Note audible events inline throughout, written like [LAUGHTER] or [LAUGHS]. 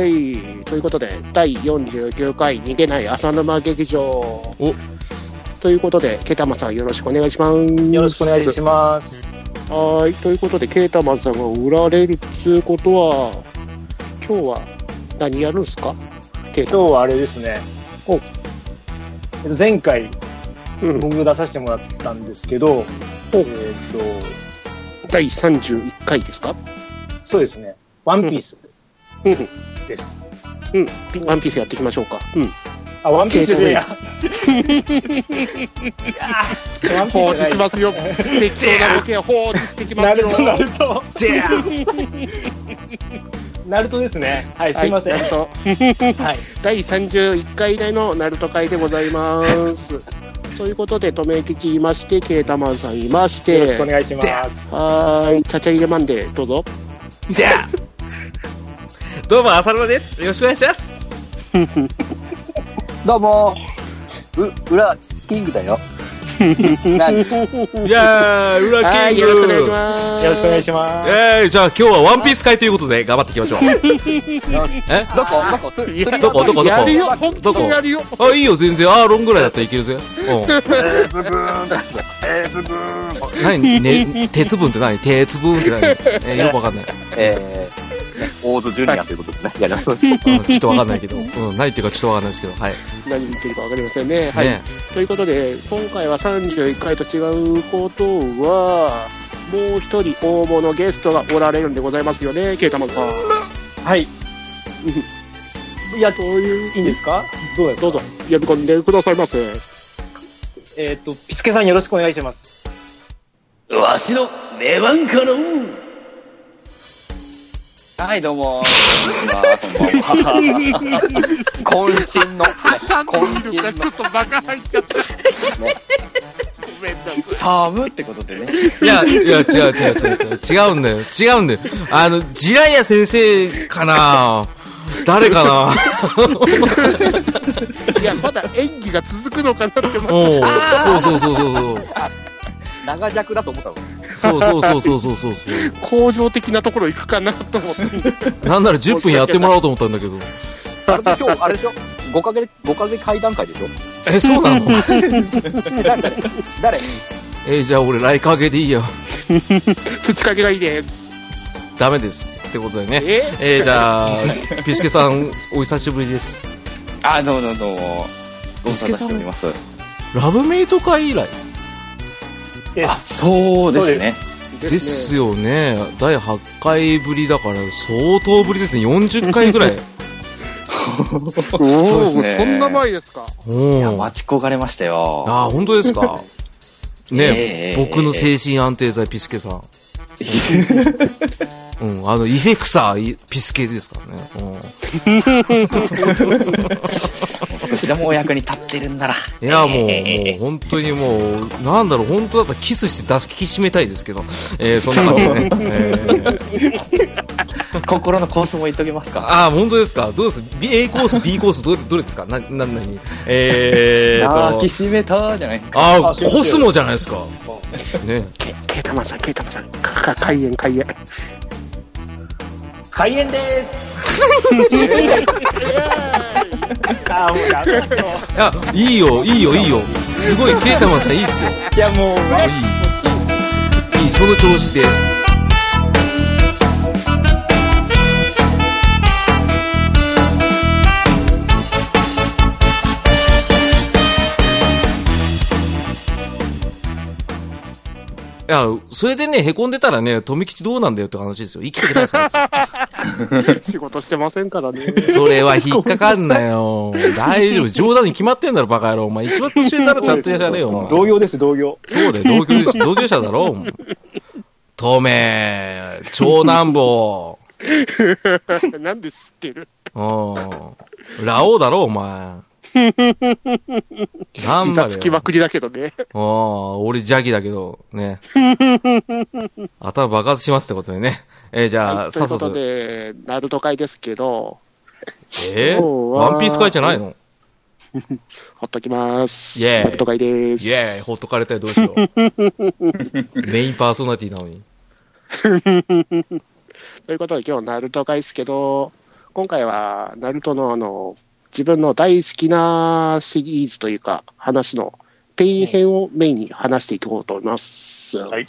いうことで、第49回逃げない浅沼劇場。おということで、ケータマンさんよろしくお願いします。よろしくお願いします。ます。はーい。ということで、ケータマンさんが売られるっつうことは、今日は何やるんすかケータ今マン日はあれですね。おえっと前回さんうん僕出させてもらったんですけど、えっと第31回ですかそうですね。ワンピースうん。です。うん。ピワンピースやっていきましょうか。うん。あ、ワンピースでや。 [LAUGHS] いやワンピ放ース置じゃしないますよ。適当なボケは放置してきまナすル [LAUGHS] よ。ト、ナルト。じゃナルトですね。はい、すいません。は、はいと第31回以来のナルト会でございます。ということで、留吉いまして、ケータマンさんいましい。て、よろしくお願いします。はーい、ちゃちゃ入れマンデー、どうぞ。じゃどうも、浅沼です。よろしくお願いします。どうもう、裏、キング [LAUGHS] だよ。なんいやー、裏はキンい、グ。よろしくお願いします。よろしくお願いします。えー、じゃあ今日はワンピース会ということで頑張っていき [LAUGHS] ましょう。えどこどこといやとりあえずどこどこどこやるよ、本当にやるよ。あ、いいよ、全然。アーロンぐらいだったらいけ [LAUGHS] るぜ。うえー、ブブーンだえー、ブブーンん。何ね、鉄分って何鉄分って何えーよくわかんない。えー、ねオーズジュニアということですね。やります。うんちょっとわかんない [LAUGHS] けど。うん、ないっていうかちょっとわかんないですけど。はい。何言ってるかわかりませんね。はい。ねということで、今回は31回と違うことは、もう一人大物ゲストがおられるんでございますよね、ケータマンさん。 [LAUGHS] はい。いや、という、いいんですかどうですかどうぞ、呼び込んでくださいませ。えっと、ピスケさんよろしくお願いします。わしの出番かのうはい、どう [LAUGHS] もこんばんは。渾身の、ね、サンド渾ル身がちょのっとバカ入っちゃった。ね。ごめんなさい。寒ってことでね。いや、いや、違う違う違う違う。違うんだよ。違うんだよ。あの、ジライア先生かな誰かないや、まだ演技が続くのかなって思って。おうそうそうそうそうそう。長尺だと思ったの。そうそうそうそうそうそうそ向上的なところ行くかなと思って。う。なんなら10分やってもらおうと思ったんだけど。あれで今日、あれでしょ5か月、5か月会談会でしょえ、そうなのえ誰誰誰え、じゃあ俺、来かけでいいよ。土かけがいいです。ダメです。ってことでね。ええー、じゃあ、ピスケさん、お久しぶりです。あ、どうもどうもどうも。ご無沙汰しております。ラブメイト会以来です。そうですね。ですよね。第8回ぶりだから、相当ぶりですね。40回ぐらい。ね。おそうお、ですねそんな前ですか。おいー。や、あ待ち焦がれましたよ。あー、本当ですか。ね、ええ僕の精神安定剤、ピスケさん。うん、あの、イフェクサー、イピスケですからね。うん少しでもお役に立ってる [LAUGHS] んなら。いや、もう、もえう、本当にもう、なんだろう、本当だったらキスして抱きしめたいですけど、えー、そんな感じでね。えー心のコースも言っときますか。ああ、本当ですかどうです B ?A コース、B コース、どれ、どれですかな、な、なに [LAUGHS] えー抱とき、しめたじゃないですか。ああ、コスモじゃないですか。ね。ケケータマンさん、ケータマンさん、かか開演開演。開演です。 [LAUGHS] あー、もうやめろいや、いいよ、いいよ、いいよ。すごい、ケータマンさん、いいっすよ。いや、もう、いい、いい、その調子で。いや、それでね、へこんでたらね、富吉どうなんだよって話ですよ。生きてくださいですよ。仕事してませんからね。それは引っかかんなよ。大丈夫。冗談に決まってんだろ、バカ野郎。お前、一番年上ならちゃんとやられよ、お前。同業です、同業。そうだよ、同居同居者だろ。トメ、長男坊、 [LAUGHS] なんで知ってるうん、ラオウだろ、お前。なん膝まつきまでくりだけどね。うん俺邪気だけど、ね。頭爆発しますってことでね。えーじゃはあ、いといさうっさことと。で、ナルト会ですけど、えー今日はワンピース書いてないのほっときます。イェーイナルト会です。イェーイ、ほっとかれたよ、どうしよう。メインパーソナリティなのに。ということで、今日ナルト会ですけど、今回は、ナルトのあの、自分の大好きなシリーズというか、話の、ペイン編をメインに話していこうと思います。 [LAUGHS] はい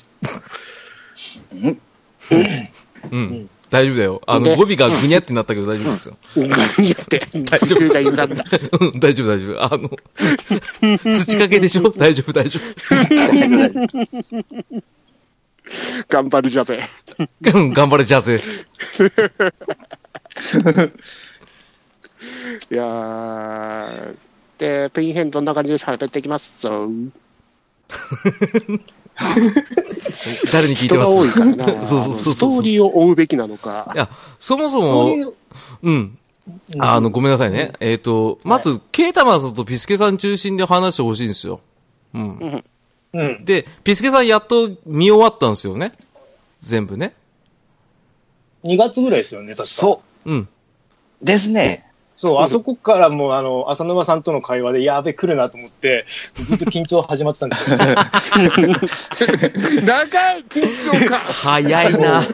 うん。大丈夫だよ。あの、で語尾がぐにゃってなったけど大丈夫ですよ。うんいやって、大丈夫時空が歪んだ。うん、大丈夫、大丈夫。あの、土かけでし [LAUGHS] ょ大丈夫、大丈頑張るじゃぜ。夫。うん、頑張れ、じゃあぜ。いやー、で、ペイン編どんな感じで喋っていきますぞ。誰に聞い人てまが多いすからな。 [LAUGHS] そうそうそうそうストーリーを追うべきなのかい。や、そもそも、うん。あの、ごめんなさいね。えっ、と、まず、ケータマンさんとピスケさん中心で話してほしいんですよ。うん。うん。で、ピスケさんやっと見終わったんですよね。全部ね。 2月ぐらいですよね、確か。そう。うん。ですね。あそこからもう、あの、浅沼さんとの会話で、やべ、来るなと思って、ずっと緊張始まってたんです [LAUGHS] よ。長い緊張感早いな。いや、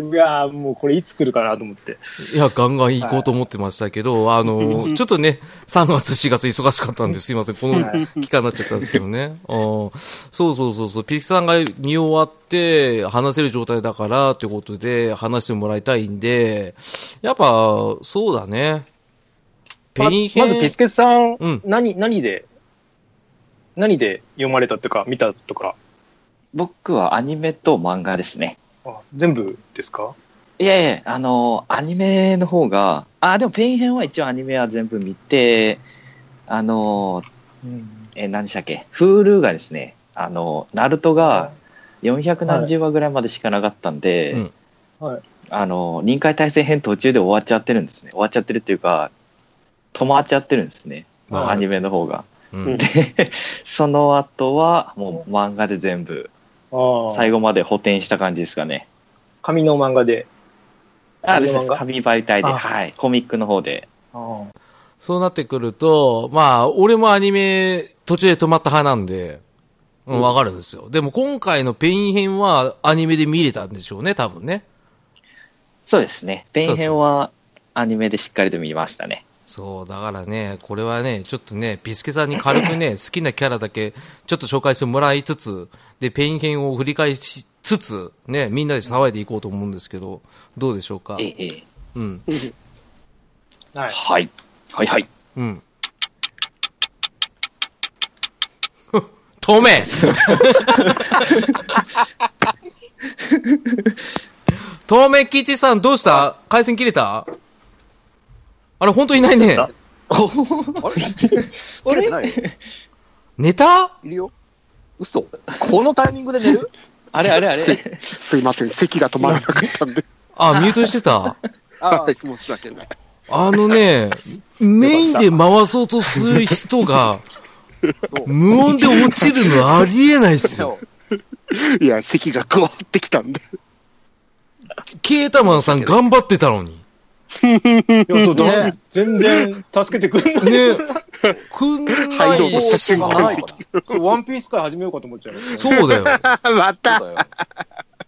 うわーもうこれいつ来るかなと思って。いや、ガンガン行こうと思ってましたけど、あの、ちょっとね、3月、4月忙しかったんですいません。この期間になっちゃったんですけどね。あーそうそうそうそう。ピキさんが見終わって、話せる状態だから、ということで、話してもらいたいんで、やっぱ、そうだね。ペインま編。まずピスケさん、うん何、何で、何で読まれたとか、見たとか、僕はアニメと漫画ですね。あ全部ですかいやいや、あの、アニメの方が、あ、でもペイン編は一応アニメは全部見て、あの、えー何でしたっけ Hulu がですねあのナルトが400何十話ぐらいまでしかなかったんで、はいはいあの臨海大戦編途中で終わっちゃってるんですね終わっちゃってるっていうか止まっちゃってるんですねはいアニメの方がうんでその後はもう漫画で全部ああ、最後まで補填した感じですかね紙の漫画で。あです紙の漫画紙媒体であはいコミックの方であそうなってくると、まあ、俺もアニメ途中で止まった派なんで、うん、わかるんですよ。でも今回のペイン編はアニメで見れたんでしょうね、多分ね。そうですねペイン編はアニメでしっかりと見ましたねそう、だからね、これはね、ちょっとね、ビスケさんに軽くね、 [LAUGHS] 好きなキャラだけ、ちょっと紹介してもらいつつ、で、ペイン編を振り返しつつ、ね、みんなで騒いでいこうと思うんですけど、どうでしょうかええええうん。あ、はい。はいはいはいうん。 [LAUGHS] 止め [LAUGHS] 透明吉さんどうした回線切れたあれ、本当いないね。あれない寝たいるよ。嘘このタイミングで寝るあれあれあれす [LAUGHS] すいません、席が止まらなかったんで、あ、ミュートしてた。あはい [LAUGHS] 申し訳ない。あのね、メインで回そうとする人が、無音で落ちるのありえないっすよ。いや、席がグワってきたんで、ケータマンさん頑張ってたのに。いやそうだ全然助けてくれない。ね、くんな入ろういとしし。てあたなけいどかワンピースから始めようかと思っちゃいましたねそうだよ。まなた、そうだよ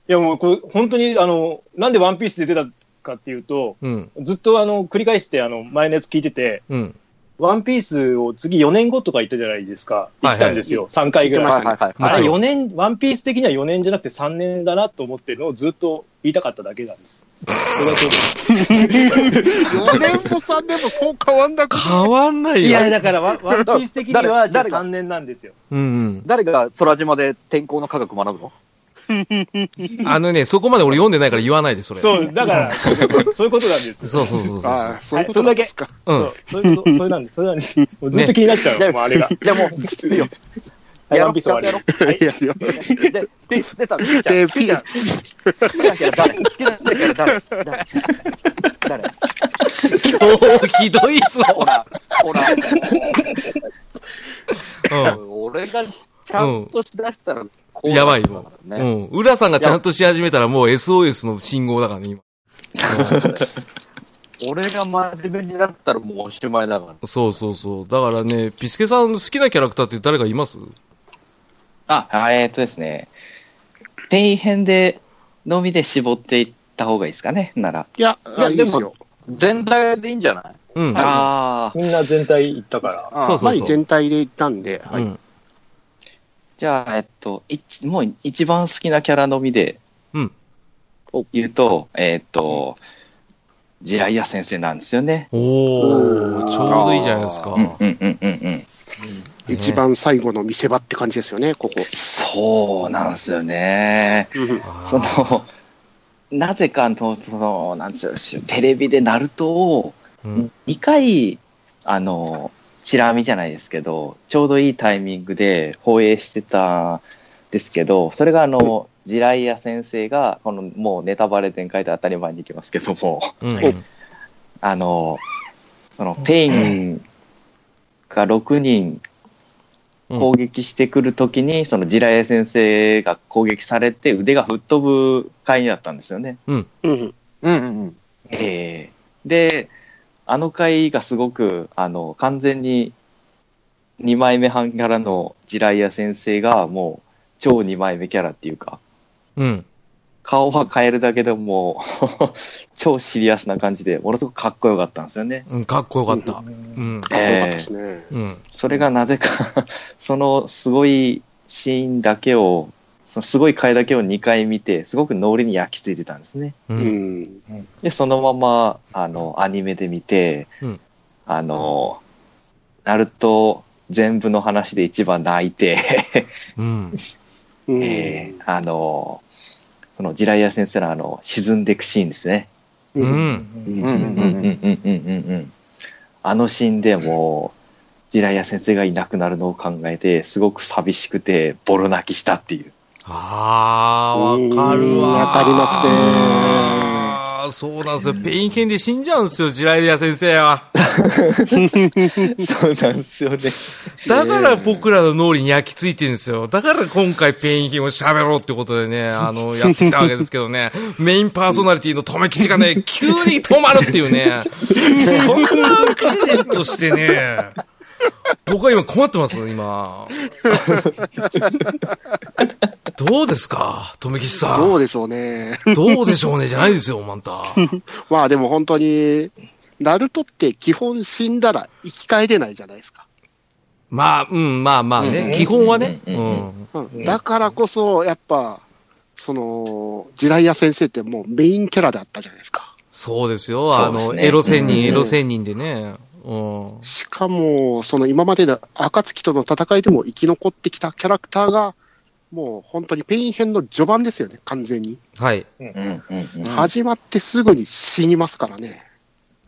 いやもうこれ本当にあのなんでワンピースで出たかっていうとうん、ずっとあの繰り返してあの前のやつ聞いててうん。ワンピースを次4年後とか言ったじゃないですかは言いはいってたんですよ、3回ぐ言ってまらしいたねはいもあちれろ4ん。年ワンピース的には4年じゃなくて3年だなと思ってるのをずっと言いたかっただけなん [LAUGHS] ですそれだけ4年も3年もそう変わんなくて、変わんないいやよ。だ [LAUGHS] からワンワンピース的にはじゃあ誰が3年なんですようん誰が空島で天候の科学学ぶのうん。あのね、そこまで俺読んでないから言わないで、それ。う。そうだからそういうことなんですそうそうそうそう。ああ、そういうことなんですか。うん。そうそういうことそれなんですそれなんですもうずっと気になっちゃう、ねも [LAUGHS] うあれ [LAUGHS] がじゃあもう、いいよ。はいやワろンピース終わりやろいやいや [LAUGHS] で、ピ出た、ピーちゃんで、 [LAUGHS] ピア、好きなキャラ誰好きなキャラ誰誰誰 [LAUGHS] おー、ひどいぞ。ほら、ほら、う俺がちゃんとしだしたら、こん。うやばい、もう。うねん。浦さんがちゃんとし始めたらもう SOS の信号だからね、今。 [LAUGHS] 俺が真面目になったらもうおしまいだから。そうそうそう。だからね、ピスケさんの好きなキャラクターって誰がいますあ、あえーっとですね。ペイン編で、のみで絞っていった方がいいですかね、なら。いや、いやあいいですよ。全体でいいんじゃないうん。ああ、みんな全体行ったから。そうそう前そう。全体で行ったんで、はい。うんじゃあ、えっと、一もう一番好きなキャラのみで、うん言うと、えっと、ジライア先生なんですよね。おお、ちょうどいいじゃないですか。うんうんうんうんうん。一番最後の見せ場って感じですよね、ここ。そうなんですよね。うんあーその、なぜかの、その、なんつうの、テレビでナルトをうん2回、あの、チラ見じゃないですけど、ちょうどいいタイミングで放映してたんですけど、それがあの、ジライア先生が、このもうネタバレ展開で当たり前にいきますけども、うんおあの、そのペインが6人うん攻撃してくるときに、その地雷先生が攻撃されて腕が吹っ飛ぶ回だったんですよね。うん。うんうんうん。ええで、あの回がすごく、あの、完全に2枚目半キャラの地雷屋先生がもう超2枚目キャラっていうか、うん。顔は変えるだけでもう [LAUGHS] 超シリアスな感じで、ものすごくかっこよかったんですよね。うん。かっこよかった。うん。かっこよかったですね。うん。それがなぜか、 [LAUGHS] そのすごいシーンだけを、そのすごい回だけを2回見て、すごく脳裏に焼き付いてたんですね。う。うんん。で、そのまま、あの、アニメで見て、うんあの、ナルト全部の話で一番泣いて、うん。うんえー [LAUGHS] あの、そのジライア先生のあの、沈んでいくシーンですね。ううんん。うんうんうんうんうんうんうんうんあのシーンでもうジライア先生がいなくなるのを考えてすごく寂しくてボロ泣きしたっていうあー、わかるわ。わかりますねあーそうなんですよ。ペイン犬で死んじゃうんですよ、ジライリア先生は。そうなんですよねだから僕らの脳裏に焼き付いてるんですよ。だから今回ペイン犬を喋ろうってことでね、 [LAUGHS] あの、やってきたわけですけどね、メインパーソナリティの止め吉が [LAUGHS] ね、急に止まるっていうね、そんなアクシデントしてね、僕は今困ってます、今。どうですか、止め吉さん。どうでしょうね。 [LAUGHS] どうでしょうねじゃないですよ、まんた。まあでも本当に、ナルトって基本死んだら生き返れないじゃないですか。まあ、うん、まあまあうんうねん。基本はね。ううんん。うん、だからこそ、やっぱ、その、ジライア先生ってもうメインキャラだったじゃないですか。そうですよ。あそうですの、ねエロ仙うん人、エロ仙人でね。うん。しかも、その今までの暁との戦いでも生き残ってきたキャラクターが、もう本当にペイン編の序盤ですよね、完全に。はい。うんうんうん始まってすぐに死にますからね。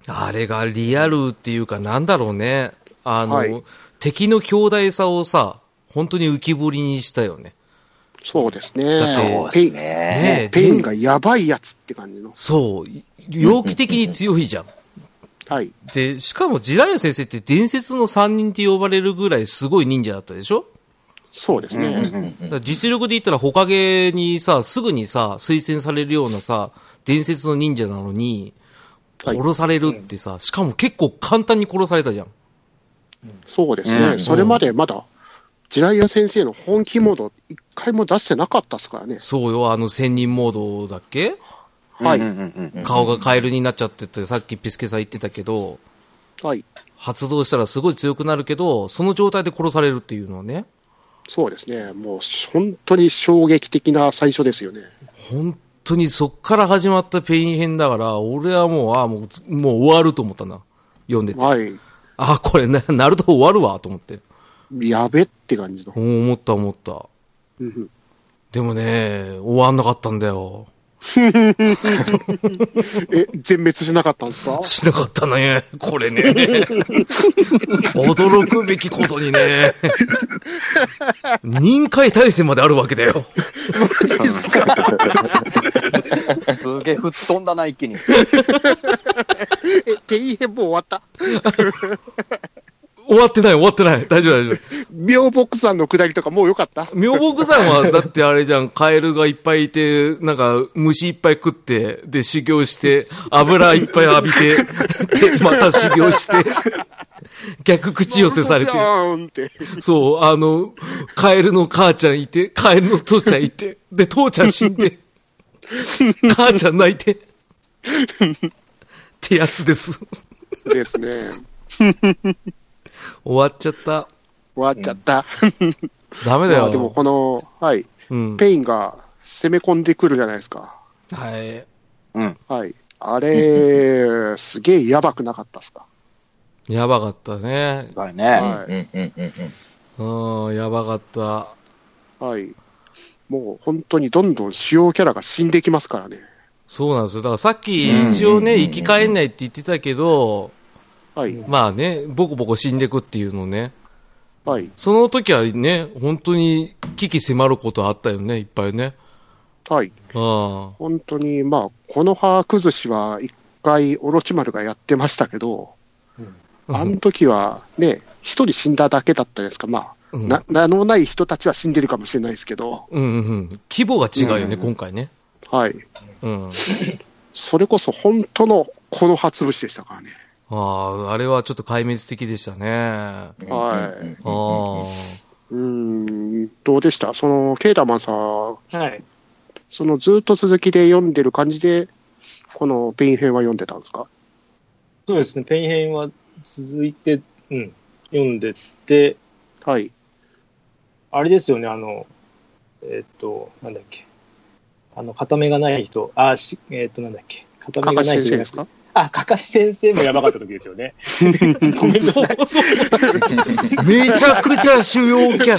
あれがリアルっていうか、なんだろうね。あの、はい敵の強大さをさ、本当に浮き彫りにしたよね。そうですね。だってそうでペイすンねねえペインがやばいやつって感じの。そう。容器的に強いじゃん。はい。で、しかも、ジラヤ先生って伝説の三人って呼ばれるぐらいすごい忍者だったでしょそうですね。だから実力で言ったら、ほかげにさ、すぐにさ、推薦されるようなさ、伝説の忍者なのに、はい殺されるってさ、しかも結構簡単に殺されたじゃん。そうですね、うんそれまでまだ、ジライア先生の本気モード、一回も出してなかったですからね、そうよ、あの仙人モードだっけはい、うんうんうん顔がカエルになっちゃってて、さっきピスケさん言ってたけど、はい、発動したらすごい強くなるけど、その状態で殺されるっていうのはね、そうですね、もう本当に衝撃的な最初ですよね。本当にそっから始まったペイン編だから、俺はもう、ああ、もう、もう終わると思ったな。読んでて。あはい、あ、これな、なると終わるわ、と思って。やべって感じの。うん思った思った。うんでもね、終わんなかったんだよ。え、全滅しなかったんですかしなかったね。こ [LAUGHS] れね。驚くべきことに [LAUGHS] ね。任界体制まであるわけだよ。すげえ吹っ飛んだな、一気に。え、ペイン編もう終わった。終わってない、終わってない。 [LAUGHS] 大丈夫、大丈夫。妙木山の下りとかもうよかった。妙木山は、だってあれじゃん、カエルがいっぱいいて、なんか、虫いっぱい食って、で、修行して、油いっぱい浴びて、 [LAUGHS] で、また修行して、逆口寄せされてじ。ゃーんって。そう、あの、カエルの母ちゃんいて、カエルの父ちゃんいて、[LAUGHS] で、父ちゃん死んで、母ちゃん泣いて、ってやつです。ですね。終わっちゃった。終わっちゃった。ダメまだよ。あでもこの、はい、うん。ペインが攻め込んでくるじゃないですか。はい。はい。あれ、すげえやばくなかったっすか。やばかったね。ばいね。はうんうんうんうんうん。うん、やばかった。い。はい。もう本当にどんどん主要キャラが死んでいきますからね。そうなんですよ。だからさっきうん一応ね、うん生き返んないって言ってたけど、はい。まあね、ボコボコ死んでくっていうのね。はい。その時はね、本当に危機迫ることあったよね、いっぱいね。はい。あ本当に、まあ、この葉崩しは一回、オロチマルがやってましたけど、あ。あの時はね、一人死んだだけだったじゃないですか。まあ、うんな名のない人たちは死んでるかもしれないですけど、うんうんうん。規模が違うよね、今回ね。はい。うん。それこそ本当のこの葉潰しでしたからね。ああ、あれはちょっと壊滅的でしたね。あはい。 [LAUGHS] あ。うーん、どうでしたその、ケータマンさん、はい。そのずっと続きで読んでる感じで、このペイン編は読んでたんですかそうですね、ペイン編は続いて、うん、読んでって、はい。あれですよね、あの、えっ、と、なんだっけ。あの、片目がない人、あ、しえっ、と、なんだっけ。片か目かがしない先人生じでゃなくすてかあ、かかし先生もやばかった時ですよね。ごめんなさそうい。 [LAUGHS] そうそう。めちゃくちゃ主要キャ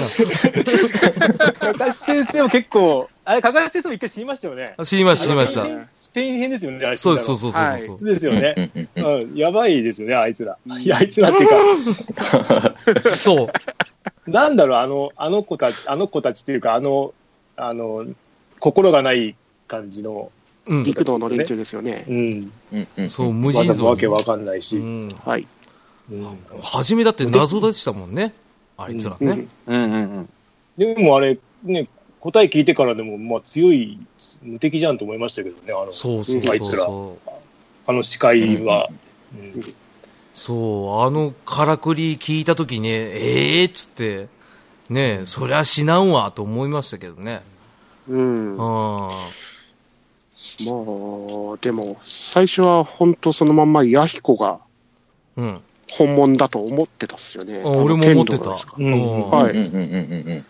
かかし先生も結構、あれ、かかし先生も一回死にましたよね。ラ。知りました、知りましあたの。スペイン編スペイン編ですよね、あれそうです、そう死んそうそうそう。だのですよね。ね。うん、やばいですよね、あいつら。いや、あいつらっていうか、そう。なんだろう、あの、あの子たち、あの子たちっていうか、あの、あの、心がない感じの、うん。陸道の連中ですよね。うん、そう、 [LAUGHS] 無わ尽ざ蔵わにけ。わかんないし、うん。はい。うん初めだって謎でしたもんね。あいつらうねん。。うんうんうん。でもあれ、ね、答え聞いてからでも、まあ、強い、無敵じゃんと思いましたけどね、あの、そうそうそあういつらそう。あの司会は。うんそう、あのからくり聞いたときに、ええー、っつって、ねえ、そりゃ死なんわと思いましたけどね。うん。まあ、あでも、最初は本当そのまんま弥彦があ。うん。本物だと思ってたっすよね。あ俺も思ってあの天道た。のうですかうんん。はいうんうんうんうんい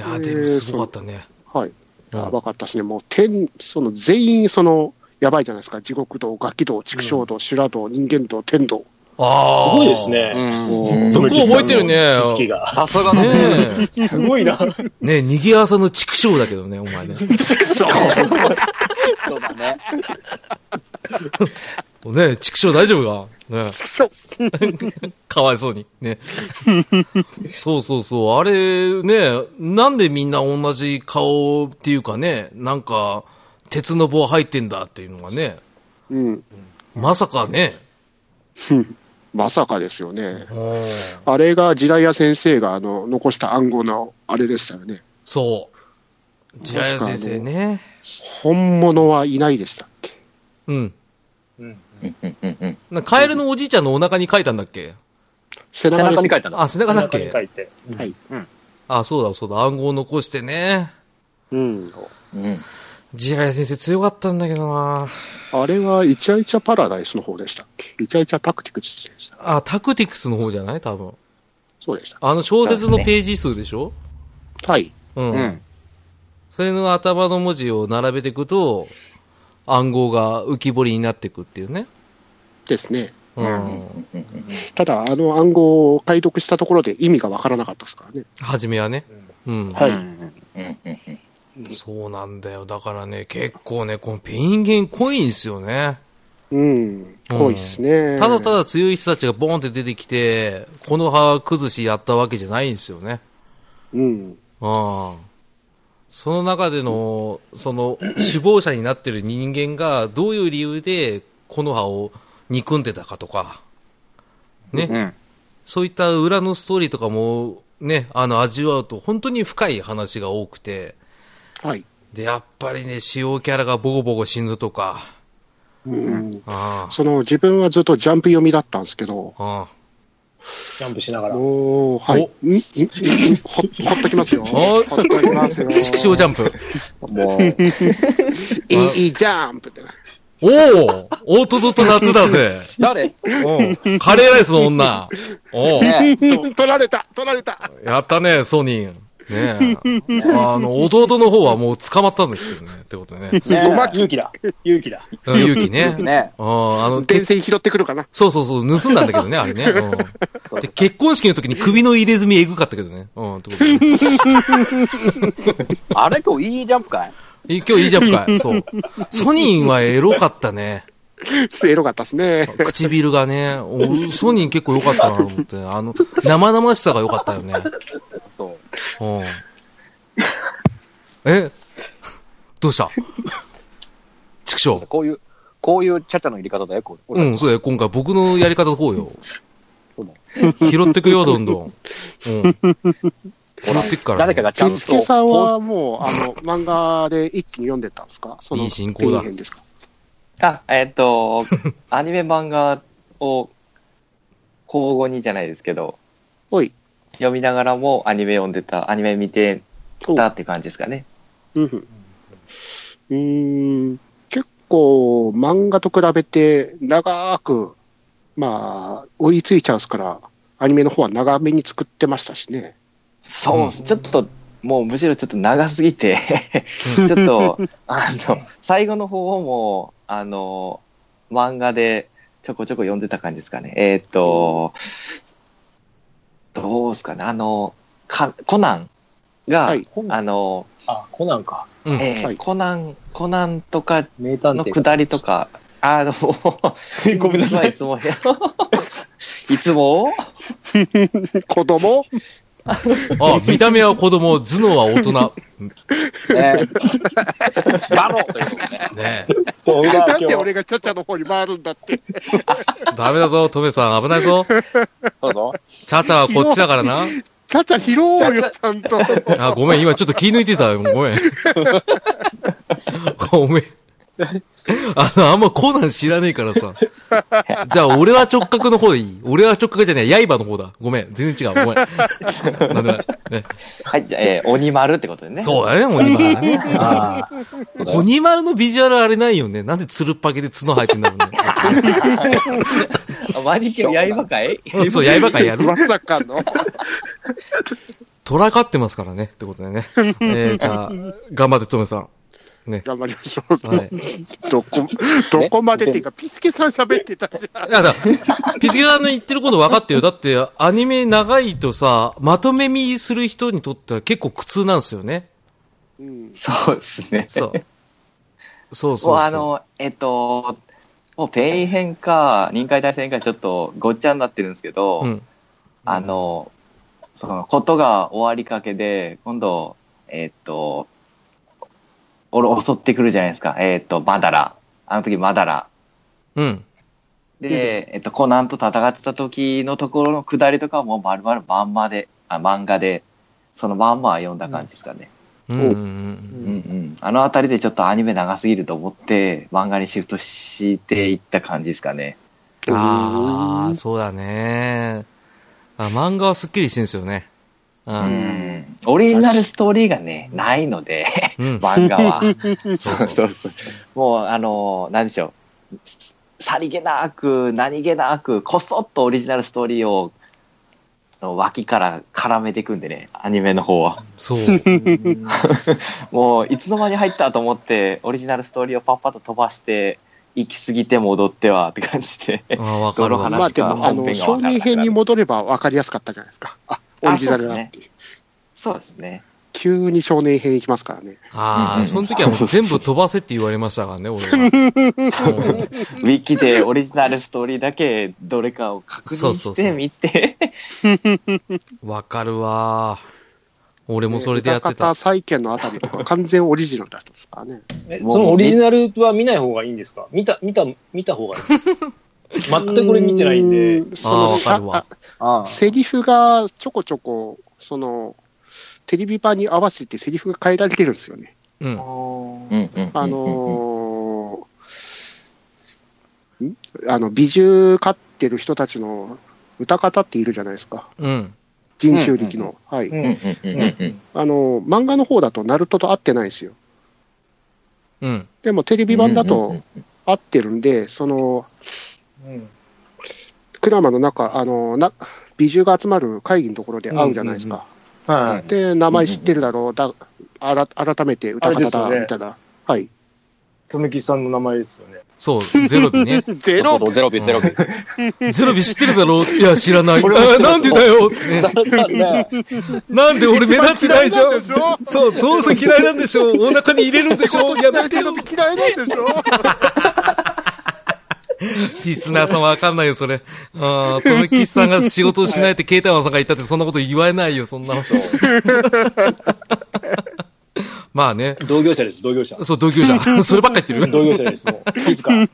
や、でもすごかったね。はい。うんやばかったしね、もう天、その全員、その、やばいじゃないですか。地獄道、楽器道、畜生道、修羅道、人間道、天道。あすあ。ごいです。ね。うんもうよく覚えてるね知識が。さすがのねね。すご [LAUGHS] いな。え。ねえ、にぎわさんの畜生だけどね、お前ね。そうだね。ねえ、畜生大丈夫かねえ。畜生かわいそうに。ね。そうそうそう。あれ、ね、なんでみんな同じ顔っていうかね、なんか、鉄の棒入ってんだっていうのがね、うん。まさかね、まさかですよね。うんあれがジライア先生があの残した暗号のあれでしたよね。そう。ジラヤ先生ね。本物はいないでしたっけうん。うんうんうん。なカエルのおじいちゃんのお腹に書いたんだっけ背背中中にに書書いいたの。あ、 [LAUGHS] 背中だっ中に書けいて。て。はい。あ、そうだそうだ。暗号を残してね。うん。うんジラヤ先生強かったんだけどなあれはイチャイチャパラダイスの方でしたっけイチャイチャタクティクスでした。あ、タクティクスの方じゃない多分。そうでしあの小説のページ数でしょた。はい。ううんん。それの頭の文字を並べていくと、暗号が浮き彫りになっていくっていうね。ですね。うん。ただ、あの暗号を解読したところで意味がわからなかったですからね。初めはね。うん。はいうんうんうんそうなんだよ。だからね、結構ね、このペインゲン濃いんですよね。うん。多いですね。ただただ強い人たちがボーンって出てきて、この葉崩しやったわけじゃないんですよね。うん。うん。その中での、その、首謀者になってる人間が、どういう理由で、この葉を憎んでたかとか、ね、うん。そういった裏のストーリーとかも、ね、あの、味わうと、本当に深い話が多くて、はい。で、やっぱりね、主要キャラがボコボコ死ぬとか、うん。あその自分はずっとジャンプ読みだったんですけど、あ、あジャンプしながら。おー、はい。んんんんほほっときますよ。 [LAUGHS] ほおっときますよ。あ、畜生ジャンプ。もう、いいジャンプって。おおおっとっとっと夏だぜ。誰うんカレーライスの女。おうね取られた取られたやったね、ソニー。ねえ。あの、弟の方はもう捕まったんですけどね。ってこと [LAUGHS] でね。えねごまき勇気だ。勇気だ。うん勇気ね。えねうんあの、電け線拾ってくるかなそうそうそう、盗んだんだけ [LAUGHS] どね、あれね。うん、で結婚式の時に首の入れ墨えぐかったけどね。うん、ってことでねえあれ今日いいジャンプかいい今日いいジャ [LAUGHS] ンプかい。そう。ソニーはエロかったね。エロかったっすね。唇がね。おソニー結構良かったなと思って。あの、生々しさが良かったよね。そう。うん。えどうした畜生。こういう、こういうチャチャの入れ方だよ、これ。うん、そうだよ。今回僕のやり方の方よ。そうだよ拾ってくよ、どんどん。 [LAUGHS] うん。ほ拾らってくから、ね。誰かがちゃピんと。スケさんはもう、あの、漫画で一気に読んでったんですかその、いい進行だペン編ですかあ、え [LAUGHS] っと、アニメ漫画を交互にじゃないですけど、おい。読みながらもアニメ読んでた、アニメ見ておたって感じですかね。うんうん。うーん、結構漫画と比べて長く、まあ、追いついちゃうっすから、アニメの方は長めに作ってましたしね。そう、ちょっと、もうむしろちょっと長す [LAUGHS] ぎてちょっと、あの、最後の方をもう、あの、漫画でちょこちょこ読んでた感じですかね。えっと、どうですかね、あの、かコナンが、はいあの、あ、コナンか。うんえーはいコナン、コナンとか名探の偵。下りとか、あの、ごめんなさいいつも、いつも、 [LAUGHS] いつも子供あ、見た目は子供、頭脳は大人。 [LAUGHS] ねえバローということね。ねもう [LAUGHS] 裏なはん今で日俺がちゃちゃの方に回るんだって。えダメだぞ、トメさん。危ないぞ。そうぞ。チャチャはこっちだからな。ちゃちゃ拾おうよ、ちゃんと。あ、ごめん、今ちょっと気抜いてたよ。ごめ [LAUGHS] ん。ごめん。あの、あんまコナン知らねえからさ。じゃあ、俺は直角の方でいい俺は直角じゃねえ。刃の方だ。ごめん。全然違う。ごめん。なんでもない。ね、はい、じゃあ、えー鬼丸ってことでね。そうだね、鬼丸ね。あー鬼丸のビジュアルあれないよね。なんでつるっぱげで角生えてんだろうね。あマジックやりばかいうんそう、刃がやる。まさかの。虎飼ってますからね。ってことでね。えー、じゃあ、頑張って、トメさん。頑張りましょ [LAUGHS] う。はい。どこ、どこまでっていうか、ピスケさん喋ってたじゃん。いやだ、ピスケさんの言ってること分かってよ。だって、アニメ長いとさ、まとめ見する人にとっては結構苦痛なんですよね。うん、そうですね。そう。そうそうそう。もう [LAUGHS] あの、えっ、と、もうペイ編か、臨海大戦か、ちょっとごっちゃになってるんですけど、うん。あの、その、ことが終わりかけで、今度、えっ、と、俺襲ってくるじゃないですか。えっ、と、マダラ。あの時マダラ。うん。で、えっと、コナンと戦ってた時のところの下りとかはもう丸々まんまで、あ、漫画で、そのまんまは読んだ感じですかね。うんうんうん。うんうん。あのあたりでちょっとアニメ長すぎると思って、漫画にシフトしていった感じですかね。ああ、そうだね。あ、漫画はすっきりしてんすよね。う。うんん。オリジナルストーリーがね、ない [LAUGHS] ので、うん。漫画は。そうそう。 [LAUGHS] もう、あの、なんでしょう。さりげなく、何気なく、こそっとオリジナルストーリーを、脇から絡めていくんでね、アニメの方は。そう。もういつの間に入ったと思ってオリジナルストーリーをパッパッと飛ばして行き過ぎて戻ってはって感じであーわかるわ。泥まあでも、あ本の、編が分少からなくなる年編に戻れば分かりやすかったじゃないですか。あ、オリジナルだっていう。そうですね急に少年編いきますからね。あうんうあ、んその時はもう全部飛ばせって言われましたからね、俺は。うんウィキでオリジナルストーリーだけどれかを確そう認そうそしうてみてわかるわ。俺もそれでやって歌た方。再建のあたりと [LAUGHS] か、完全オリジナルだったんですからね。えそのオリジナルは見ない方がいいんですか見た、見た、見た方がいい。 [LAUGHS] 全くこれ見てないんで。うーん、そのあーわかるわさあああセリフがちょこちょこ、その、テレビ版に合わせてセリフが変えられてるんですよね。うん。あのーんあの、美獣飼ってる人たちの歌方っているじゃないですか。うん。人種力の。はい。うんあの、漫画の方だとナルトと合ってないんですよ。うん。でもテレビ版だと、合ってるんで、その、うんクラマの中、あの、な美獣が集まる会議のところで会うじゃないですか。はうんで、名前知ってるだろう、だあら改めて歌方だ、あれですよねみたいな。はい。い。とめきさんの名前ですよね。そう、ゼロ日ね。ゼロそうそうゼロ秒、ゼロ秒。ゼロ日知ってるだろういや、知らない。あ俺も知らないなんでだよ、ねだったんだ。なんで俺目立ってないじゃん一番嫌いなんでしょそう、どうせ嫌いなんでしょうお腹に入れるんでしょうやめてよ嫌いなんでしょリスナーさんわかんないよ、それ。ああ、とめきさんが仕事をしないって、ケイタマンさんが言ったって、そんなこと言わないよ、そんな。まあね。 [LAUGHS] 同業者です、同業 [LAUGHS] 者。そう、同業者。そればっか言ってる。同業者です、も [LAUGHS] う。いつか。だか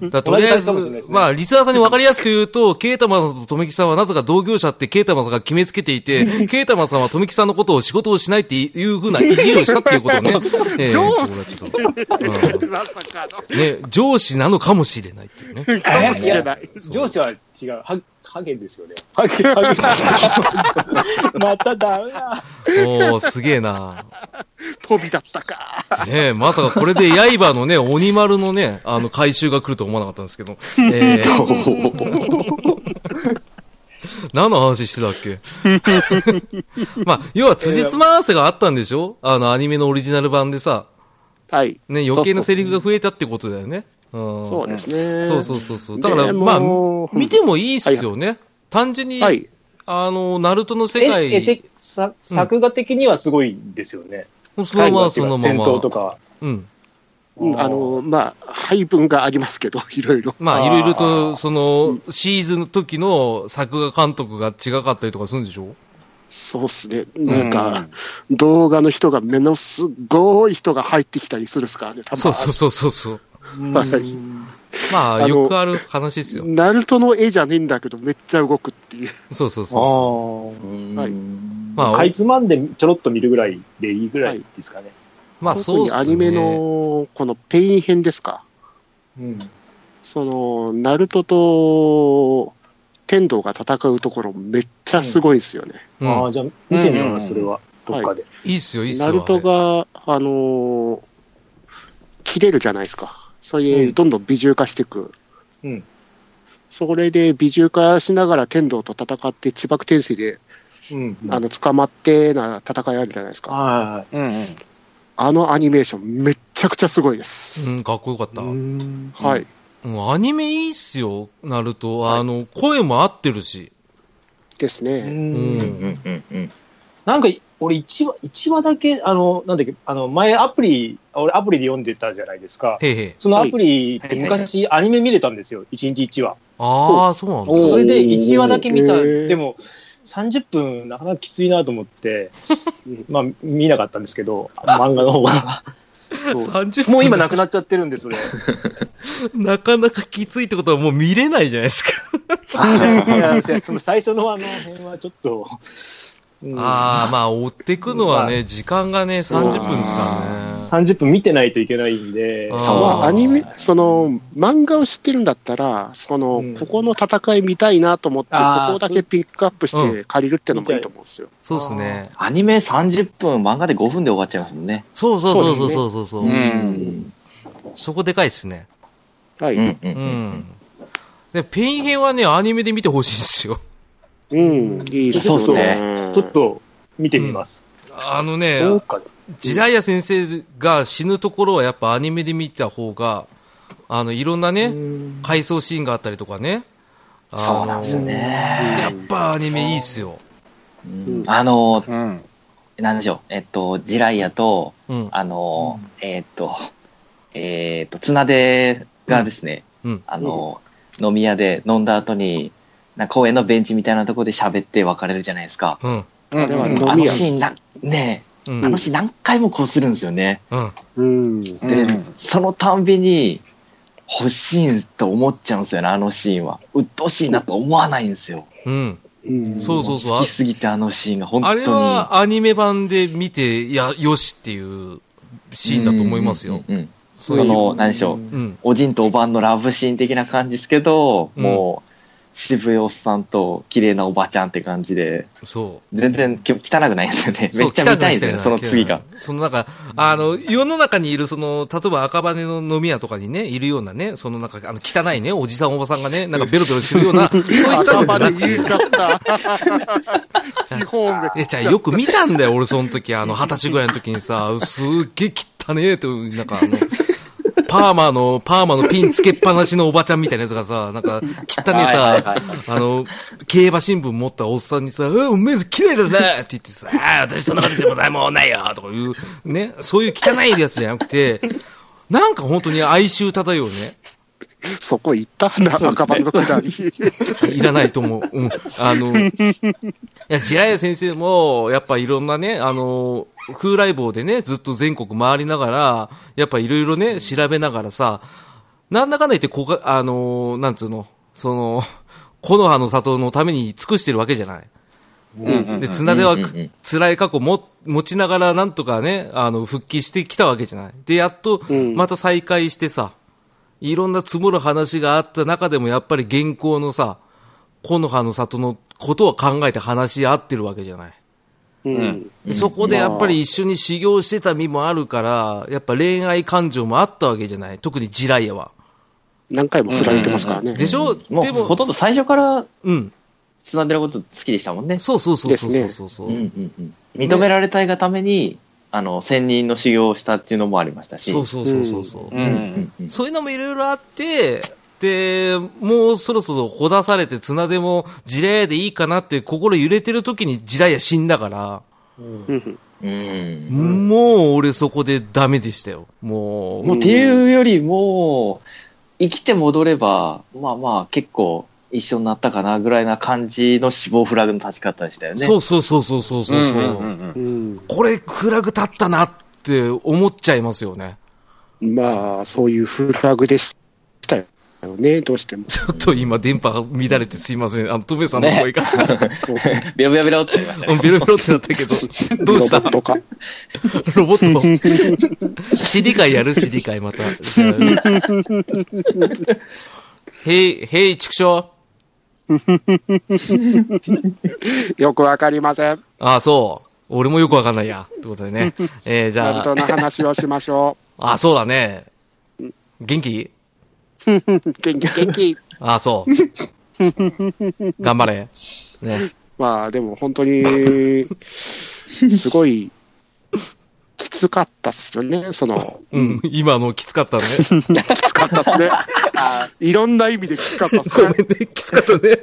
らとりあえ同じ会社かもしず、れないですねまあ、リスナーさんに分かりやすく言うと、ケイタマンさんとトメキさんはなぜか同業者ってケイタマンさんが決めつけていて、ケイタマンさんはトメキさんのことを仕事をしないっていうふうな意地をしたっていうことをね。ええ上ここがちょっとまさかうんね、上司なのかもしれないっていうね。の。 [LAUGHS] かもしれない。上司は違う。はハゲですよね。ハゲ、ハゲ。 [LAUGHS] またダメだ。おー、すげえな。飛びだったか。ねえ、まさかこれで刃のね、鬼丸のね、あの、回収が来ると思わなかったんですけど。ええ何の話してたっけ [LAUGHS] まあ、要は辻褄合わせがあったんでしょあの、アニメのオリジナル版でさ、はい。ね、余計なセリフが増えたってことだよね。うん。そうですね。そうそうそうそう。だから、でまあ、もう見てもいいっすよね。単純に、はい。あの、ナルトの世界え、え、て、さ、作画的にはすごいですよね。そのままそのまま。戦闘とか。うん。うんあの、まあ、配分がありますけど、いろいろ。まあ、あーいろいろと、その、シーズンの時の作画監督が違かったりとかするんでしょそうっすね。なんか、動画の人が、ものすごい人が入ってきたりするっすからね、たまそうそうそうそうそう。はいまああ、のよくある話ですよ。ナルトの絵じゃねえんだけど、めっちゃ動くっていう。そうそうそうそああ。はいうーんう。まあ、かいつまんでちょろっと見るぐらいでいいぐらいですかね。まあ、特そうっにすね。アニメの、このペイン編ですか。うん。その、ナルトと、天道が戦うところ、めっちゃすごいですよね。うあん。あ、じゃあ見てみよううんうんうな、んそれは。どっかで。いいっすよ、いいっすよ。ナルトが、あのー切れるじゃないですか。それで、うんどんどん美獣化していく。うんそれで、美獣化しながら天道と戦って、地爆天水で、うん。あの、捕まってな戦いあるじゃないですか。はうんうん。あのアニメーション、めっちゃくちゃすごいです。うん、かっこよかっいた。はうんい。はい。アニメいいっすよ、ナルト。あの、声も合ってるし。ですうね。んううんんうんうんなんか、俺1話、一話だけ、あの、なんだっけ、あの、前アプリ、俺アプリで読んでたじゃないですか。へいへい。そのアプリってはいはい昔アニメ見れたんですよ。1日1話。ああ、そうなんだ。 [LAUGHS] おーそれで1話だけ見た。へーでも、30分なかなかきついなと思って、まあ見なかったんですけど、漫画の方が。そう30分もう今なくなっちゃってるんで、それ。なかなかきついってことはもう見れないじゃないですか。 [LAUGHS] いやいやその最初のあの辺はちょっと、うんああ、まあ、追ってくのはまね、時間がね、そう30分ですからね。 30分見てないといけないんで、あーまあ、ーアニメ、その、漫画を知ってるんだったら、その、うんここの戦い見たいなと思って、あーそこだけピックアップしうて借りるってのもいいと思うんですよ。そうですね。アニメ30分、漫画で5分で終わっちゃいますもんね。そうそうそうそうそうそう、う。うんそこでかいですね。はい。うんううんん。で、ペイン編はね、アニメで見てほしいんですよ。うん、いいですよね。そうっすちょっと見てみます。あのね、どうかジライア先生が死ぬところはやっぱアニメで見た方が、あの、いろんなね、回想シーンがあったりとかね。あのそうなんですよ。ね。やっぱアニメいいっすよ。うんあの、うん。なんでしょう。えっと、ジライアと、うん。あの、えっと、えっと、綱でがですね、うんうんあの、飲み屋で飲んだ後に、なんか公園のベンチみたいなところで喋って別れるじゃないですか。うん。うんでは飲み屋あのシーンな、ねうえあんの。シーン何回もこうするんですよね。うん。うん。で、うんそのたんびに欲しいと思っちゃうんですよねあのシーンは鬱陶しいなと思わないんですようん。うんそうそうそう好きすぎてあのシーンが本あ当れにはアニメ版で見て、いや、よしっていうシーンだと思いますよ。うんうんうんそその何でしょううん。おじんとおばんのラブシーン的な感じですけど、うんもう渋いおっさんと綺麗なおばちゃんって感じで、そう。全然き汚くないんですよね。そう [LAUGHS] めっちゃ見たいんです汚よね、そのい汚い次が。そのなんか、あの、世の中にいる、その、例えば赤羽の飲み屋とかにね、いるようなね、そのなんか、あの、汚いね、おじさんおばさんがね、なんかベロベロしてるよ [LAUGHS] うな、そういったの頭じゃなでくて言うちゃった。地方めえ、じゃあよく見たんだよ、俺その時、あの、二十歳ぐらいの時にさ、すっげえ汚ねえと、なんかあの、パーマの、パーマのピンつけっぱなしのおばちゃんみたいなやつがさ、なんか、汚ねえはいさ、あの、競馬新聞持ったおっさんにさ、うん、おめえ綺麗だなって言ってさ、ああ、私そんなこと言っても何もないよとかいう、ね、そういう汚いやつじゃなくて、なんか本当に哀愁漂うね。そこ行ったな、赤羽のくだり。いらないと思う。うん。あ [LAUGHS] の、いや、白谷先生も、やっぱいろんなね、あの、風来坊でね、ずっと全国回りながら、やっぱいろいろね、調べながらさ、なんだかんだ言って、こが、あの、なんつうの、その、木の葉の里のために尽くしてるわけじゃない。で、綱ではうんうんうん辛い過去も持ちながらなんとかね、あの、復帰してきたわけじゃない。で、やっとんまた再会してさ、いろんな積もる話があった中でもやっぱり現行のさ、木の葉の里のことを考えて話し合ってるわけじゃない。うん。でそこでやっぱり一緒に修行してた身もあるから、やっぱ恋愛感情もあったわけじゃない。特にジライヤは。何回も振られてますからね。でしょ、もうでほも、とんど最初からうん。綱寺のこと好きでしたもんね。そうそうそうそうそうそうそう。うんうんうん認められたいがために、あの、仙人の修行をしたっていうのもありましたし。そうそうそうそうそう。うんうんうんそういうのもいろいろあって、で、もうそろそろほだされて、綱でも、ジラヤでいいかなって心揺れてる時にジラヤ死んだから、うん。うんもう俺そこでダメでしたよ。もう、もうっていうよりも、生きて戻れば、まあまあ結構一緒になったかなぐらいな感じの死亡フラグの立ち方でしたよね。そうそうそうそうそうそう。うんうんうんうん。これ、フラグ立ったなって思っちゃいますよね。 [LAUGHS] まあ、そういうフラグでしたよね、どうして [LAUGHS] も。ちょっと今、電波が乱れてすいません。あの、トメさんの声が、ベロベロベロってなりましたね。 [LAUGHS] ビロビロってなったけど、どうしたロボットか。ロボット。 [LAUGHS] 知り会やる知り会また。 [LAUGHS] へい、へい、畜生。よくわかりません。ああ、そう。俺もよくわかんないや。ってことでね。えー、じゃ本当あ、の話をしましょああ、そうだね。元気う。 [LAUGHS] 元気元気。ああ、そう。頑張れ。ね。まあ、でも本当に、すごい、きつかったっすよね、その、うん、今のきつかったね。きつかったっす [LAUGHS] ね。いろんな意味できつかったっすごめんね。ね、きつかったね。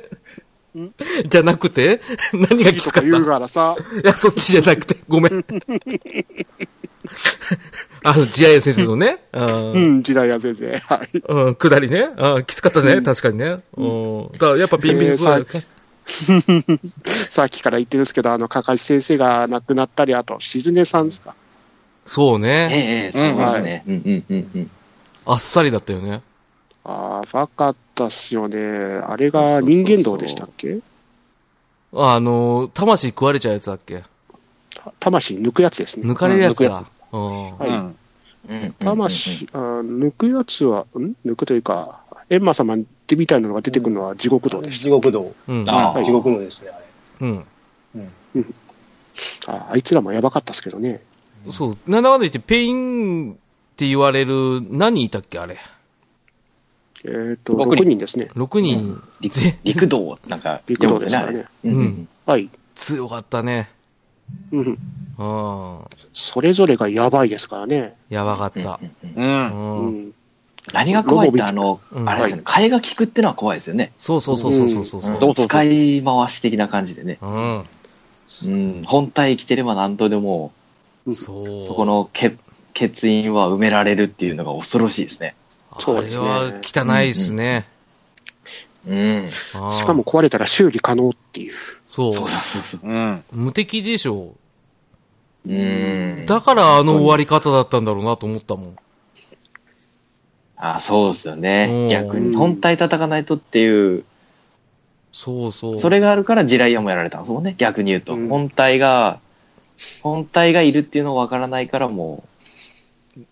じゃなくて何がきつとかかっ言たうからさ、いや、そっちじゃなくて、ごめん。あの、ジアヤ先生のね、うんうん、時代や先生。はい。うん、下りね。うん、きつかったね、確かにね。うん。だからやっぱビンビンそうだよね。さっきから言ってるんですけど、あの、かかし先生が亡くなったり、あと、しずねさんですか。そうえね。えええ、そうですね。うんうんうんうん。あっさりだったよね。ああ、バカったっすよね。あれが人間道でしたっけあの、魂食われちゃうやつだっけ魂抜くやつですね。抜かれるやつうん抜くだ。うん。はいうんうんうんうん魂、あー抜くやつは、ん抜くというか、エンマ様ってみたいなのが出てくるのは地獄道でし地獄道。うん。ああ地獄道ですね、あれ。うん。た。あーあいつらもやばかったっすけどね。そう。なんだかんだ言って、ペインって言われる、何いたっけあれ。えっ、と、六人6人ですね。 6人。陸ぜ陸道なんか陸道ですから読むねんで。すね。うんううんんはい。強かったね。うん。うん。それぞれがやばいですからね。やばかった。ううん。うんん。何が怖いってあの、うんあれですよね、替えが効くってのは怖いですよね。そうそうそうそうそうそう。どうぞ使い回し的な感じでね。うん。うん、本体生きてれば何とでも、そう。そこの欠 [LAUGHS] 欠員は埋められるっていうのが恐ろしいですね。そうですねあれは汚いですね。うん。あーしかも、壊れたら修理可能っていう。そう。そうそうそう。うん無敵でしょ。うん。だからあの終わり方だったんだろうなと思ったもん。あそうですようね。ん逆に本体叩かないとっていう、そうそう。それがあるから地雷屋もやられたんですもんね。逆に言うと。うん本体が、本体がいるっていうのをわからないからも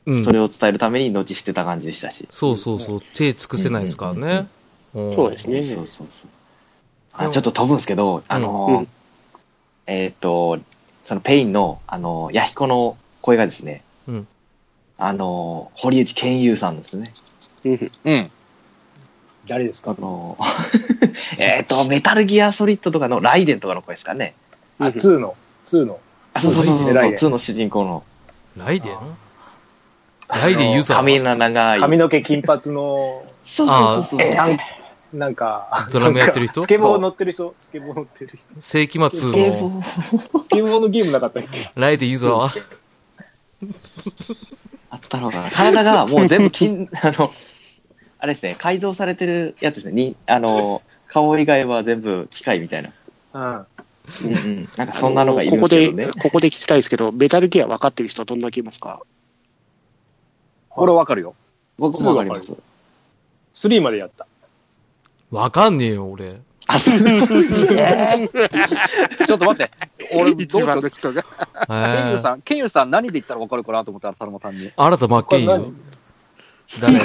うう、ん、それを伝えるために後してた感じでしたし。そうそうそう。手尽くせないですからね。うんそうですね。そうそうそう。であもちょっと飛ぶんですけど、あのーうんえーっ、と、そのペインの、あのー、ヤヒコの声がですね、うんあのー、堀内健優さんですね。うん。誰ですあかの [LAUGHS] ーえーっと、メタルギアソリッドとかのライデンとかの声ですかね。あ、2の、2の。あ、そうそうそうそう、ライデン2の主人公の、ライデンあライデンユーザー髪の長い。髪の毛金髪の、そうそうそうそう。えなんなんか、ドラムやってる人スケボー乗ってる人、スケボー乗ってる人。世紀末スケボのースケボーのゲームなかったっけライデンユーザーはあったのかな体がもう全部金、 [LAUGHS] あの、あれですね、改造されてるやつですね。にあの、顔以外は全部機械みたいな。うん。うんうん。なんかそんなのがいるこんでこすけで、どね。ここで聞きたいですけど、メタルギア分かってる人、どんな人いますか俺わかるよ。僕もわかります。 3までやった。わかんねえ [LAUGHS] よ、俺。あ、そうちょっと待って。俺、ど [LAUGHS] 一うしよ番うの。人が。えケンユー、さん、ケンユさん何で言ったらわかるかなと思ったら、サルモさんに。新田真剣佑。誰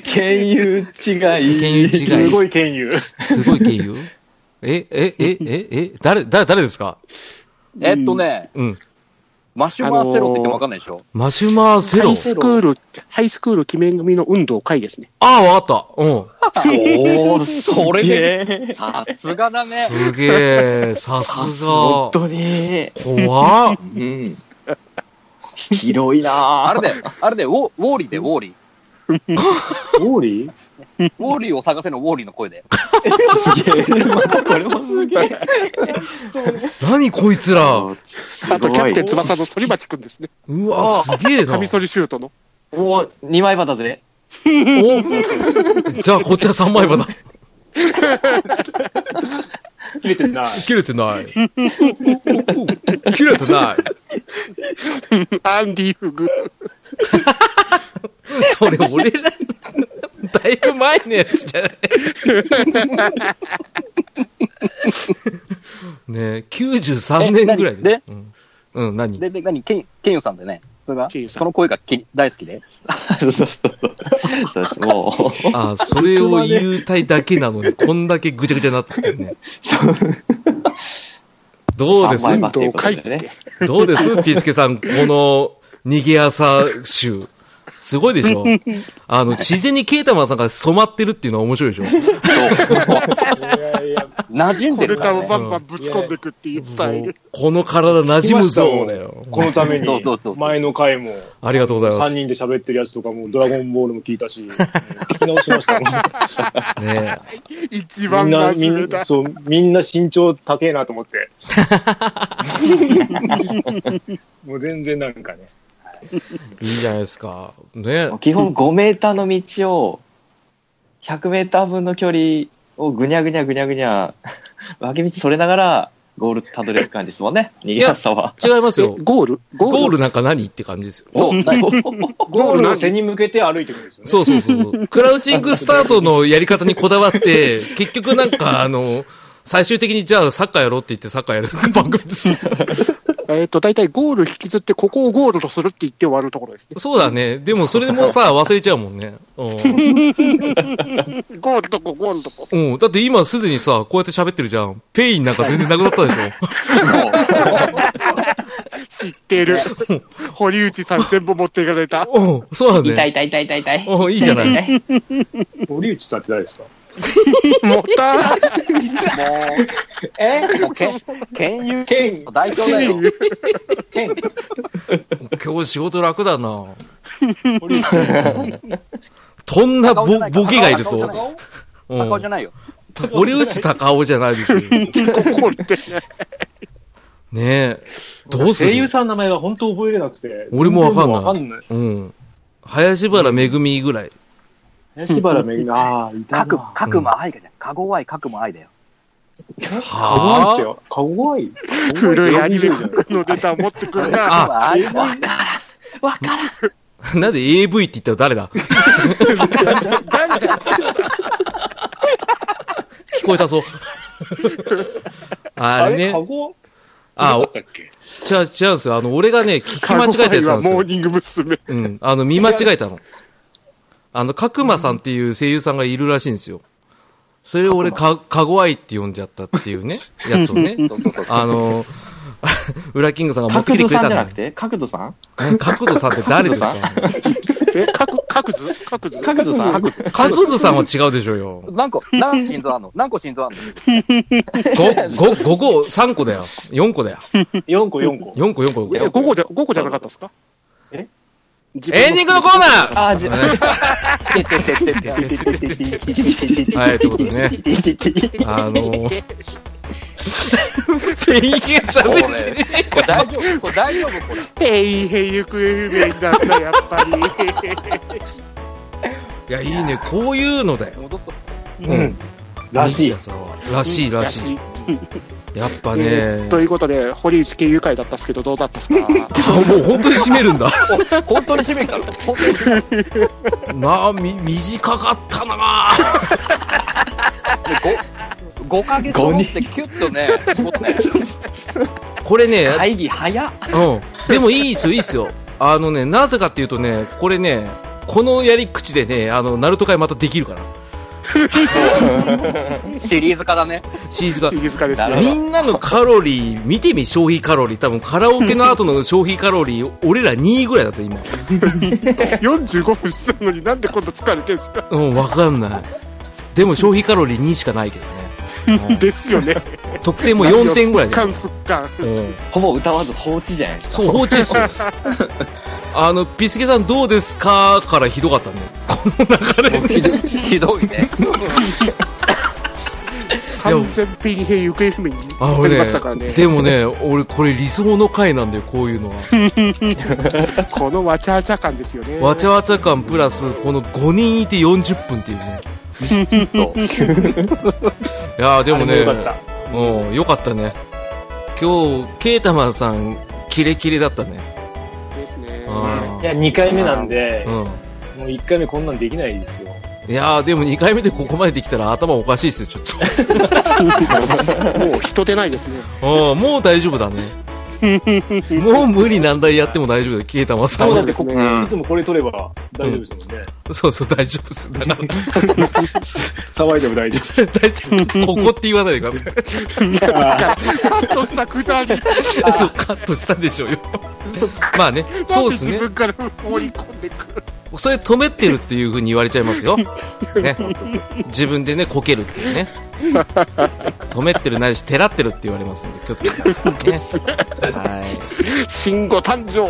剣友違い。剣佑違すい。ごい剣友。すごい剣佑え、え、え、え、え、誰、誰、誰ですかえっとね、うん。マシュマーセロって言ってもわかんないでしょ。マシュマーセロハイ。スクール、ハイスクール鬼面組の運動会ですね。ああ、わかった。うん。おー、そそれで。さすがだね。すげえ。さすが本。当に。怖っ。うん。ひどいなあれぁ。だよ、あれだよ、ウォウォーリーで、ウォーリオーリーー。ウォーリーを探せのウォーリーの声で。すげえ。またこれもすげえ。何こいつら。うあと、キャプテン翼の反町くんですね。わ、すげえな。カミソリシュートの。もう2枚刃だぜ。おじゃあ、こっちは3枚刃だ。切れてない。切れてない。切れてない。アンディ・フグ。 [LAUGHS] それ、俺らの、だいぶ前のやつじゃない。ねえ、93年ぐらいえ何でうん、うん、何で、で、何ケンケンユさんでね、それが、ケンユさんその声がき大好きで。そうそうそう。そう [LAUGHS] です。もう、ああ、それを言いたいだけなのに、こんだけぐちゃぐちゃになってるね。どうです三枚運動会っねて。どうですピースケさん、この、逃げ朝集。すごいでしょあの、自然にケータマンさんが染まってるっていうのは面白いでしょいやいや、馴染ん小ネでるタかをら、ね。バンバンぶち込んでいくっていうスタイル。この体馴染むぞだよ。このためそうそうそに、う前の回も、ありがとうございま3す。人ねで喋ってるやつとかも、ドラゴンボールも聞いたし、うん聞き直しましたもん。え一み番んな、真み面目んだな、。そう、みんな身長高えなと思 [LAUGHS] って。もう全然なんかね。いいじゃないですか。ね基本5メーターの道を、100メーター分の距離をぐにゃぐにゃぐにゃぐに [LAUGHS] ゃ、脇道それながら、ゴールたどれる感じですもんね。逃げ朝は。違いますよえ。ゴールゴゴーールルなんか何って感じですよ。そう、なゴールの背に向けて歩いてくるんですよね。そうそうそう。クラウチングスタートのやり方にこだわって、結局なんか、あの、最終的にじゃあサッカーやろうって言ってサッカーやる番組です。えっと、大体ゴール引きずって、ここをゴールとするって言って終わるところですね。 [LAUGHS] そうだね。でもそれもさ、忘れちゃうもんね。うゴールとこ、ゴールとこ。ん。うん。だって今すでにさ、こうやって喋ってるじゃん。ペインなんか全然なくなったでし知ってる。堀内さん全部持っていかれた。ょ。うん。そうだ痛いね。痛い痛い痛い痛い。うん、いいじゃない。堀内さんって誰ですか持ったえもうケン、ケンユケン代表だよ。ケン、今日仕事楽だな。堀内さん。とんなボボケがいる高尾ぞ。う高尾じゃん。ないよ。堀内高尾じゃないでしょ。ゴールって。ねえ。どうす声優るさんの名前が本当覚えれなくて。俺もわかんない全然わかんない。うん。林原めぐみぐらい。林原めぐみ、 [LAUGHS] ああ、いたかく、な。かくも愛がじゃん。かご愛、かくも愛だよ。かごわいってはよ。かごわい。古いアニメのネタを持ってくる [LAUGHS] な。ああ、わわからん。あ。なんで AV って言った [LAUGHS] ら誰だ聞こえたぞ。ああれれ、かね。ごあ、だっけちゃ、違うんですよ。あの、俺がね、聞き間違えたやつなんはですモよー。ニング娘。うん。あの、見間違えたの。あの、角間さんっていう声優さんがいるらしいんですよ。それを俺か、かごあいって呼んじゃったっていうね、やつをね。そうそうそうそう。あの、 [LAUGHS] ウラキングさんが持ってきて角度くれさんたじゃのなく。て角度さんえ角度さんって誰ですかえ、各、各図各図角度さん角度さんは違うでしょうよ。何個、何心臓あんの何個心臓あんのご、ご、五個、三個だよ。四個だよ。 4個4個。四個、四個。え、午後じゃ、午後じゃなかったですかえ自分エンディングのコーナーあ、じゃ、はててててていはい、ということでね。あのー、フェインがこ喋ってれ、ね。これ大丈夫これ大丈夫これ。へいへい行方不明になった、やっぱり。いや、いいね。こういうのだよ。戻っと。ううんん。らしい。や。さらしい、らい。しい。やっぱえねー。 [LAUGHS] ということで、堀内経由会だったっすけど、どうだったっすかあ [LAUGHS] もう本当に締めるんだ。お本当に姫から。本当に姫なあ、み、短かったなあ五ヶ月後ってキュッとね、絞ったよこれね、会議早っ。うん。でもいいですよ、いいですよ。あのね、なぜかっていうとね、これね、このやり口でね、あの、ナルト会またできるから。シリーズ化だね。シリーズが。静かですなるほどね。みんなのカロリー、見てみ、消費カロリー。多分カラオケの後の消費カロリー、俺ら2位ぐらいだぜ、今。 45分したのになんで今度疲れてんすかうん、わかんない。でも消費カロリー2しかないけどね。ですよね。うん得点も4点ぐらいだよ。感すっかん。うんほぼ歌わず放置じゃないですか。そう、放置ですよ。 [LAUGHS] あの、ピスケさんどうですかからひどかったね。ひどいね。完全ペンヘイ行方不明にあ、な俺りまねしたからね。でもね、俺これ理想の回なんだよ、こういうのは。このわちゃわちゃ感ですよね。わちゃわちゃ感プラス、この5人いて40分っていうね。いやーでもね、あれよかっうん、よかったね。今日、ケータマンさん、キレキレだったね。ですね。あた。いや、ー2回目なんで、うん。もう1回目こんなんできないですよ。いやーでも2回目でここまでできたら頭おかしいですよ、ちょっもう人出ないですね。と。うん、もう大丈夫だ [LAUGHS] ね。もう無理難題やっても大丈夫だよ、ケータマンさんそうはだって、ここ、うんいつもこれ取れば大丈夫ですもんね。そうそう、大丈夫です。だから騒いでも大丈夫。 [LAUGHS] 大丈夫。ここって言わないでください。カットしたくだり。そう、カットしたんでしょうよ。まあね、そうですねなん。で自分から放り込んでくる。それ止めてるっていうふうに言われちゃいますよ。ね。自分でね、こけるっていうね。止めてるないし、てらってるって言われますんで、気をつけてくださいね。はい。新語誕生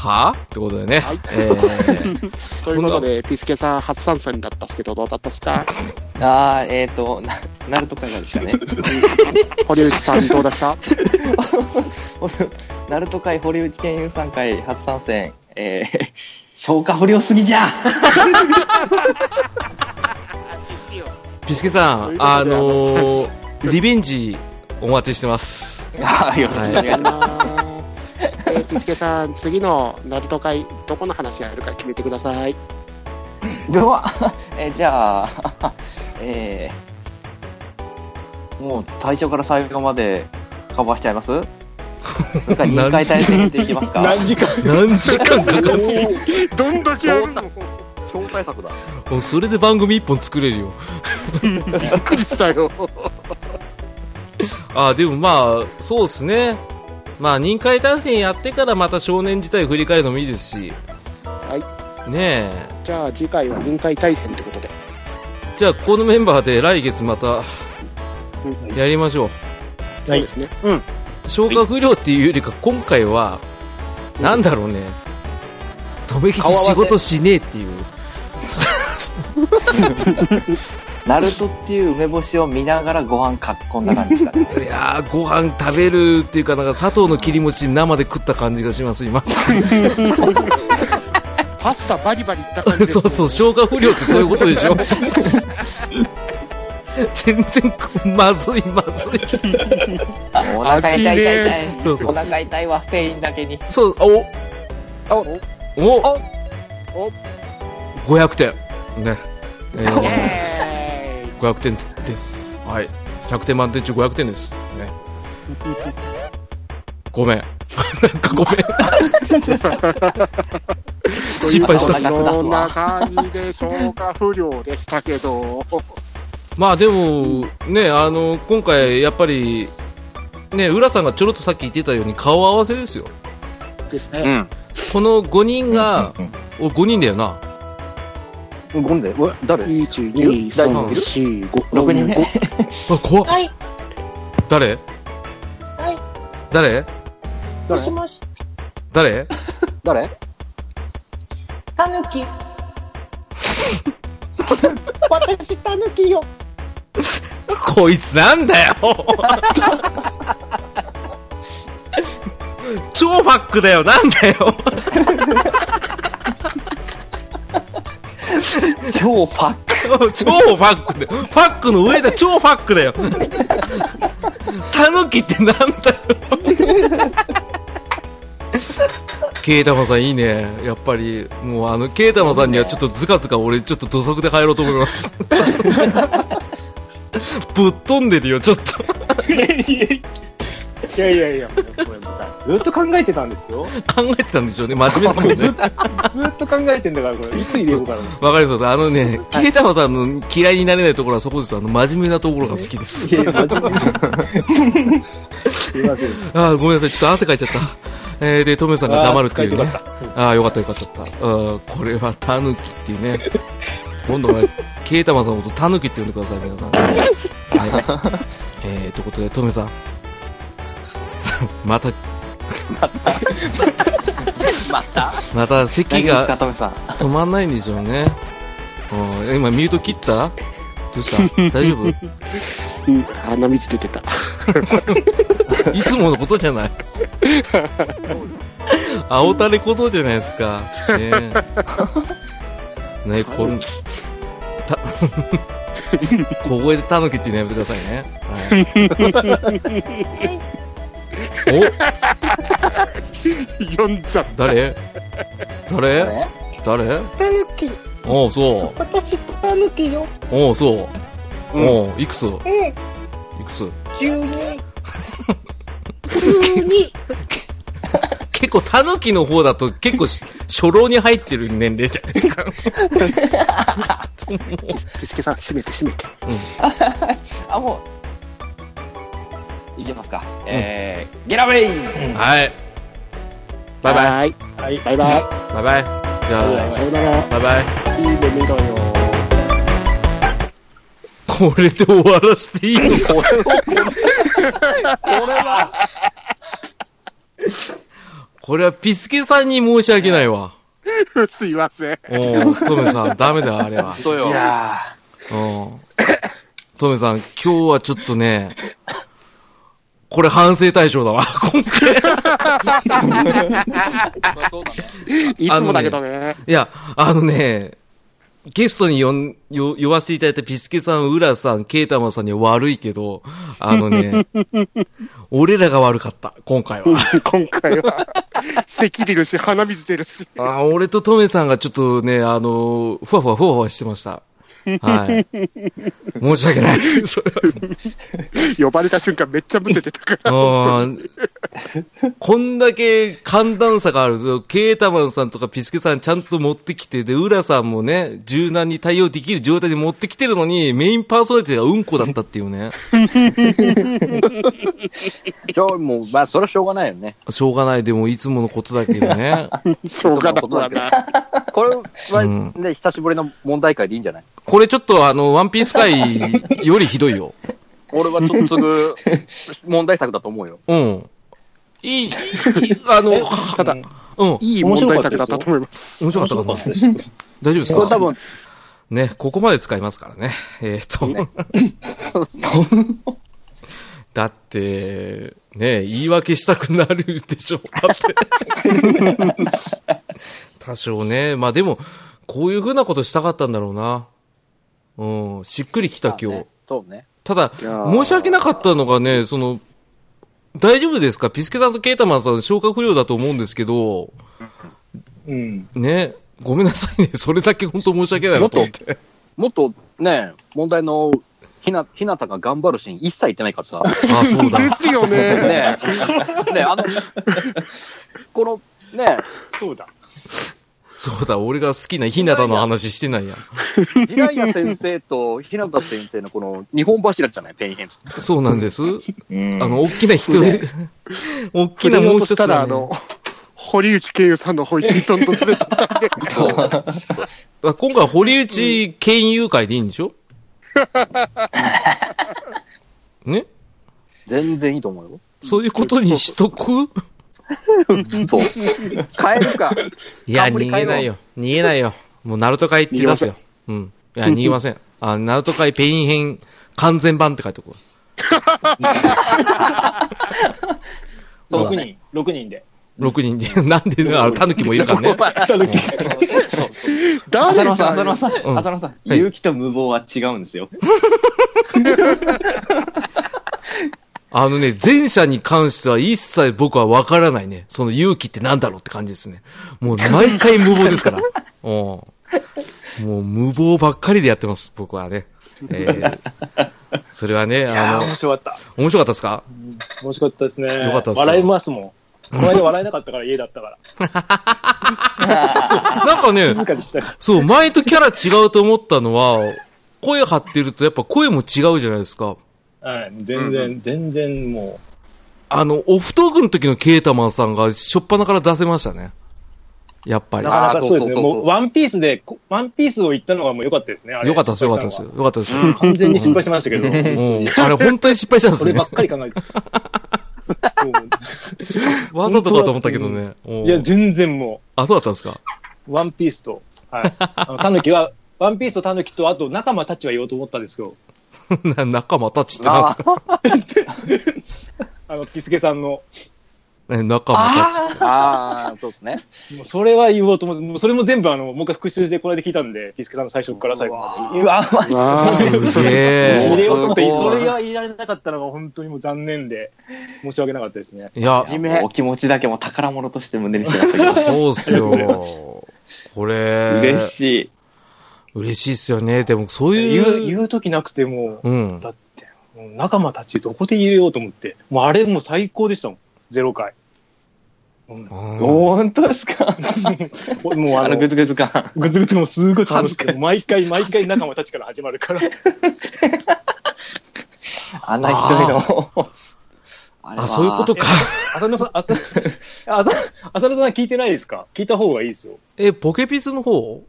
はぁってことでね。はいえーということで、ピスケさん初参戦だったっすけど、どうだったっすかああ、えっ、ー、と、な、ナルト会がですかね。堀内さん、どうでした [LAUGHS] ナルト会、堀内健優さん会、初参戦。えー、 [LAUGHS] 消化不良す [LAUGHS] ぎじゃピスケさん、あの [LAUGHS] ー、リベンジお待ちしてます。あーよろしくお願いします。えーピスケさん、次のナルト会、どこの話やるか決めてください。では、 [LAUGHS] えーじゃあ、 [LAUGHS] えーもう最初から最後までカバーしちゃいますそれから2回対戦っていきま [LAUGHS] すか何時間何時間かか [LAUGHS] るどんだけやるのびっ超対策だ。もうそれで番組一本作れるよ。くりしたよ。あでもまあそうですねまあ任海対戦やってからまた少年時代を振り返るのもいいですしはいねえじゃあ、次回は臨海対戦ということで。じゃあこのメンバーで来月またやりましょうそうですね。うん。消化不良っていうよりか今回はなんだろうね留吉仕事しねえっていうナルトっていう梅干しを見ながらご飯かっこんだ感じです [LAUGHS] かねいやーご飯食べるっていうかなんか砂糖の切り餅生で食った感じがします今パスタバリバリいった感じです、そね。う [LAUGHS] そう消化不良ってそういうことでしょ [LAUGHS] 全然こうまずいまずいお腹痛い痛い痛いそうそうお腹痛いわスペインだけにそう、あお、お、お、お500点。ね。えイー、エーイ500点です。はい。100点満点中500点です。ね。ごめん。 [LAUGHS] なんかごめん。 [LAUGHS] 失敗したということでこの中にで消化不良でしたけど、まあでも、ね、あの、今回、やっぱり、ね、浦さんがちょろっとさっき言ってたように顔合わせですよ。ですうね。ん。この5人が、うんうんお5人だよな。ごめんね。うわ誰1、2、3、4、5、六人目5あ、怖っはい、誰はい、誰もしもし、 [LAUGHS] 誰誰たぬき。 [LAUGHS] 私、たぬきよ。こいつなんだ [LAUGHS] よ超ファックだよなんだよ超パッ超ファックだよファックの上だ超ファックだよタヌキってなんだよケイタマさんいいねやっぱりもうあのケイタマさんにはちょっとずかずか俺ちょっと土足で帰ろうと思いますぶっ飛んでるよちょっといやいやいや、もうこれもうずっと考えてたんですよ。考えてたんでしょうね真面目だもんねずっとずっと考えてんだから、これ、いつ入れようかな。わかります。あのね、ケイタマさんの嫌いになれないところはそこです。あの、真面目なところが好きです。いやいや、真面目にすいません。あーごめんなさい。ちょっと汗かいちゃった。えー、で、トメさんが黙るっていうねあー。ああ、よかったよかったよかった。うん、これはタヌキっていう [LAUGHS] ね。今度は、ケイタマさんのことタヌキって呼んでください、皆さん。 [LAUGHS] はい。えー、ということで、トメさん。 [LAUGHS] [LAUGHS] また、またまた席大丈夫ですがか、トメさん。止まんないんでしょうね。うん、今ミュート切ったどうした大丈夫うん鼻水出てた。 [LAUGHS] いつものことじゃない。青たれ小僧じゃないですか。ねえ。ねえ、こん、 [LAUGHS] た、小声でタヌキっていうのやめてくださいね。 [LAUGHS] はい、読んじゃっお誰誰誰たぬき、おう、そう。私、たぬきよ。おう、そう。おう、いくついうん、くつ十二。十 [LAUGHS] 二。結構タヌキの方だと結構し初老に入ってる年齢じゃないですか。た。ピスケさん、閉めて閉めて。あ、もう。い [LAUGHS] けますか。えー、ゲラウェイはい。バイバイ。バイバイ。バイバイ。バイバイ。じゃさよなら。あ、バイバイ。いい夢見ろよ。 [LAUGHS] これで終わらせていいのか [LAUGHS] これはピスケさんに申し訳ないわ。 [LAUGHS] すいません。おートメさん、ダメだ、あれは。そうよ。うんトメさん、今日はちょっとね、これ反省対象だわ、 [LAUGHS] 今回。まあそうだねいつもだけどね。いや、あのね、ゲストに呼ん、よ呼ばせていただいたピスケさん、ウラさん、ケイタマンさんには悪いけど、あのね、俺らが悪かった、今回は。 [LAUGHS] 今回は、咳出るし、鼻水出るし。あー俺とトメさんがちょっとね、あのーふわふわふわふわしてました。はい。申し訳ない。それ呼ばれた瞬間めっちゃむせてた [LAUGHS] から。は。あーこんだけ寒暖差があると、ケータマンさんとかピスケさんちゃんと持ってきて、で、ウラさんもね、柔軟に対応できる状態で持ってきてるのに、メインパーソナリティがうんこだったっていうね。しょうもう、まあ、それはしょうがないよね。しょうがない、でもいつものことだけどね。しょうがなくはない。これは、うんね、久しぶりの問題会でいいんじゃないこれちょっとあの、ワンピース界よりひどいよ。俺はちょっとすぐ、[LAUGHS] 問題作だと思うよ。うん。いい、いい、いいあの、はただ、うん。いい問題作だったと思います。面白かったかな大丈夫ですこれ多か分、ね、ここまで使いますからね。えーっと。 [LAUGHS] だって、ね、言い訳したくなるでしょ。だって。多少ね。まあでも、こういうふうなことしたかったんだろうな。うん、しっくりきた今まあ日ね。そうね。ただ、いやー申し訳なかったのがね、その、大丈夫ですかピスケさんとケータマンさん消化不良だと思うんですけど、うん。ね、ごめんなさいね。それだけ本当申し訳ないなと思って。もっとね、問題のひな、ひなたが頑張るシーン一切言ってないからさ。あ、そうだ。 [LAUGHS] ですよ [LAUGHS] ね。ねえ、ねえあの、この、ねえそうだ。そうだ、俺が好きな日向の話してないやん。ジライナ先生と日向先生のこの日本柱じゃない、ペンヘンズ。そうなんです。うんあの、大きな人、大切きなれようもうと一しつたはねら、あの、堀内圭佑さんの方にどんどん連れてったんで、あ今回、堀内県友会でいいんでしょ [LAUGHS] ね全然いいと思うよ。そういうことにし [LAUGHS] とくそう。変えるか。いや、冠逃げないよ。逃げないよ。もう、ナルト会って出すよ。うん。いや、逃げません。あ、ナルト会ペイン編完全版って書いとくわ。 6人、6人で。 6人で。 [LAUGHS] なんでね、あの、タヌキもいるからね。浅誰野さん、だ浅野よさん、うん浅野さん、はい勇気と無謀は違うんですよ。あのね、前者に関しては一切僕はわからないね。その勇気ってなんだろうって感じですね。もう毎回無 [LAUGHS] 謀ですから。うん。もう無謀ばっかりでやってます、僕はね。えーそれはね、いやあー、面の、白かった。面白かったですか面白かったですね。よかったっすよ笑いますもん。この間笑えなかったから、家だったから。そう、なんかね、静かにしてたかそう、前とキャラ違うと思ったのは、声張ってるとやっぱ声も違うじゃないですか。ら。はい。全然、全然もう。あの、オフトークの時のケータマンさんが初っ端から出せましたね。やっぱりな。かなかそうですね。あーそうそうそうもう、ワンピースで、こワンピースを言ったのがもう良かったですね。あれよかったですよ、よかったで失す敗よ。よかったですよ。したのは完全に失敗しましたけ [LAUGHS] ど、うんあれ本当に失敗したんですそれねばっ。かり考え [LAUGHS] て。そわざとかと思ったけどね。うおういや、全然もあ、そうだったんですか。 [LAUGHS] う、ワンピースと、はい。あのタヌキは、ワンピースとタヌキと、あと仲間たちは言おうと思ったんですけど、な仲間たちってなんですかあの、ピスケさんの、 [LAUGHS] ね仲間たちって。ああ、そうですね。もうそれは言おうと思って、もうそれも全部あの、もう一回復習でこれで聞いたんで、ピスケさんの最初から最後まで。うわあーすげ入 [LAUGHS] え。れようと思って、うわそれが言いられなかったのが本当にもう残念で、申し訳なかったですね。いや、真面目お気持ちだけも宝物として胸にしてましたけそうっすよ。こど、れ、嬉しい。嬉しいっすよね。でもそう言う、いう、言う時なくてもう、うん。だって、もう仲間たちどこで入れようと思って、もうあれもう最高でしたもん、ゼロ回。うんうん本当ですかもうああのの、ググズグズ感。ズグズもすごい楽しくて、恥ずかしい毎回毎回仲間たちから始まるから。穴一人の。あれはあ、そういうことか。浅野さん、浅野浅野浅野さん聞いてないですか聞いた方がいいですよ。え、ポケピスの方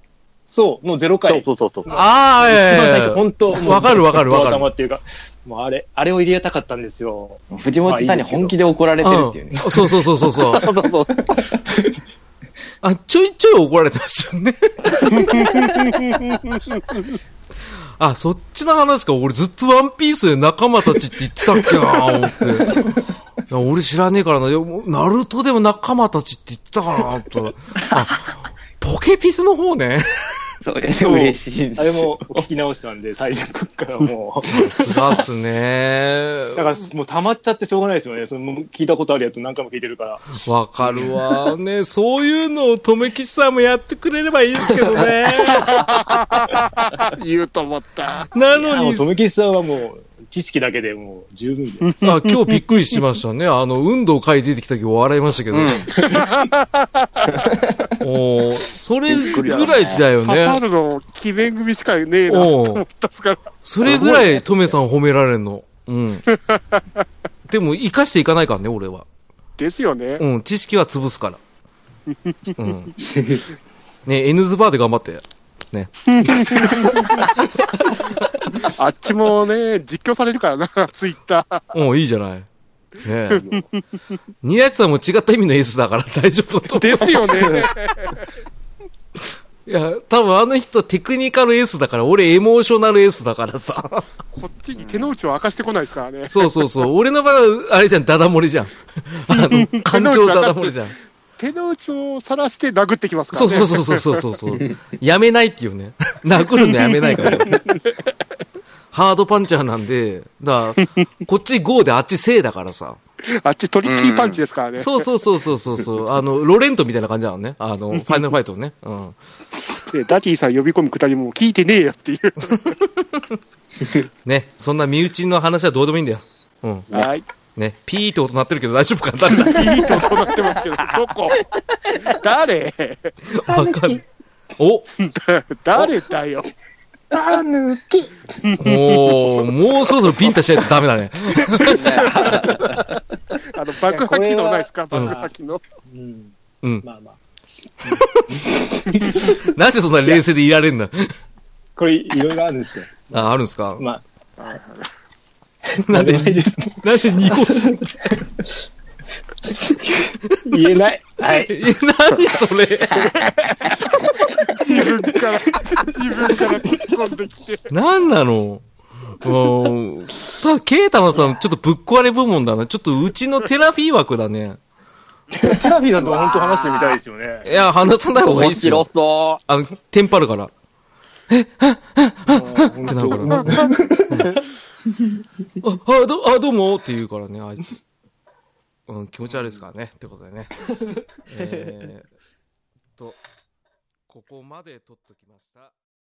そう、のゼロそう回。そうそうそう。ああ、一いやいや番いや最初、本当わかるわかるわかる頭っていうか、もうあれ、あれを入れたかったんですよ。藤本さんに本気で怒られてるっていうね。うんそうそうそうそうそう。そうそうそう。あ、ちょいちょい怒られてましたよね。あ、そっちの話か。俺ずっとワンピースで仲間たちって言ってたっけな思 [LAUGHS] って。いや俺知らねえからな。いやもうナルトでも仲間たちって言ってたかなと。あ、ポケピスの方ね。それで嬉しいですあれも聞き直したんで、最初からもう。すがっす [LAUGHS] ね。だからもう溜まっちゃってしょうがないですよね。その聞いたことあるやつ何回も聞いてるから。わかるわ。ねそういうのを留吉さんもやってくれればいいですけど [LAUGHS] ね。 [LAUGHS] 言うと思った。なのもにう、富吉さんはもう、知識だけでもう十分で。あ、今日びっくりしましたね。あの、運動会出てきた時笑いました [LAUGHS] けど。おーそれぐらいだよ刺さね。るの、鬼面組しかねえなとおう思ったっすから。それぐらい、トメさん褒められんの。 [LAUGHS] うん。でも、生かしていかないからね、俺は。ですよね。うん、知識は潰すから。 [LAUGHS] うん。ね N ズバーで頑張って。あっちもね、実況されるからな、 [LAUGHS] ツイッター。うん、いいじゃない。ねえ。ニヤチさんも違った意味の S だから大丈夫だと思う。ですよ [LAUGHS] ね。いや、多分あの人テクニカル S だから、俺エモーショナル S だからさ。こっちに手の内を明かしてこないですからね。そうそうそう。俺の場合は、あれじゃん、ダダ漏れじゃん。 [LAUGHS] あの、感情ダダ漏れじゃん。手の内を晒して殴ってきますからそうね。そうそうそうそうそう。やめないっていうね。 [LAUGHS] 殴るのやめないから。ハードパンチャーなんで、だからこっち5であっち正だからさ。あっちトリッキーパンチですからね。そうそうそうそうそうそう。あの、ロレントみたいな感じなのね。あの、ファイナルファイトね。うん。でダティさん呼び込むくだりも聞いてねえよっていう。ね。そんな身内の話はどうでもいいんだよ。うん。 [LAUGHS] はい。ね、ピーって音鳴ってるけど大丈夫かないいとこなってますけど、どこ誰たぬわかんき、お [LAUGHS] 誰だよ。たぬき、おーもうそろそろビンタしないとダメだね。あの、爆破機能ないですか爆破機能。うん。うん。まあまあ。なぜそんな冷静でいられんだこれ、いろいろあるんですよ。あ、あるんですかまあ、なんで、なんでです2個すん言え [LAUGHS] ない。はい。え、何それ自分から、自分から突っ込んできて。なんなのうん。た、ケイタマさん、ちょっとぶっ壊れ部門だな。ちょっとうちのテラフィー枠だね。テラフィーだと本当話してみたいですよね。いや、話さない方がいいっすよ。そあの、テンパるから。うんってなるから。うんあ、あどあどうもって言うからね、あいつ。うん、気持ち悪いですからね。ってことでね。えーっと、ここまで取っときました。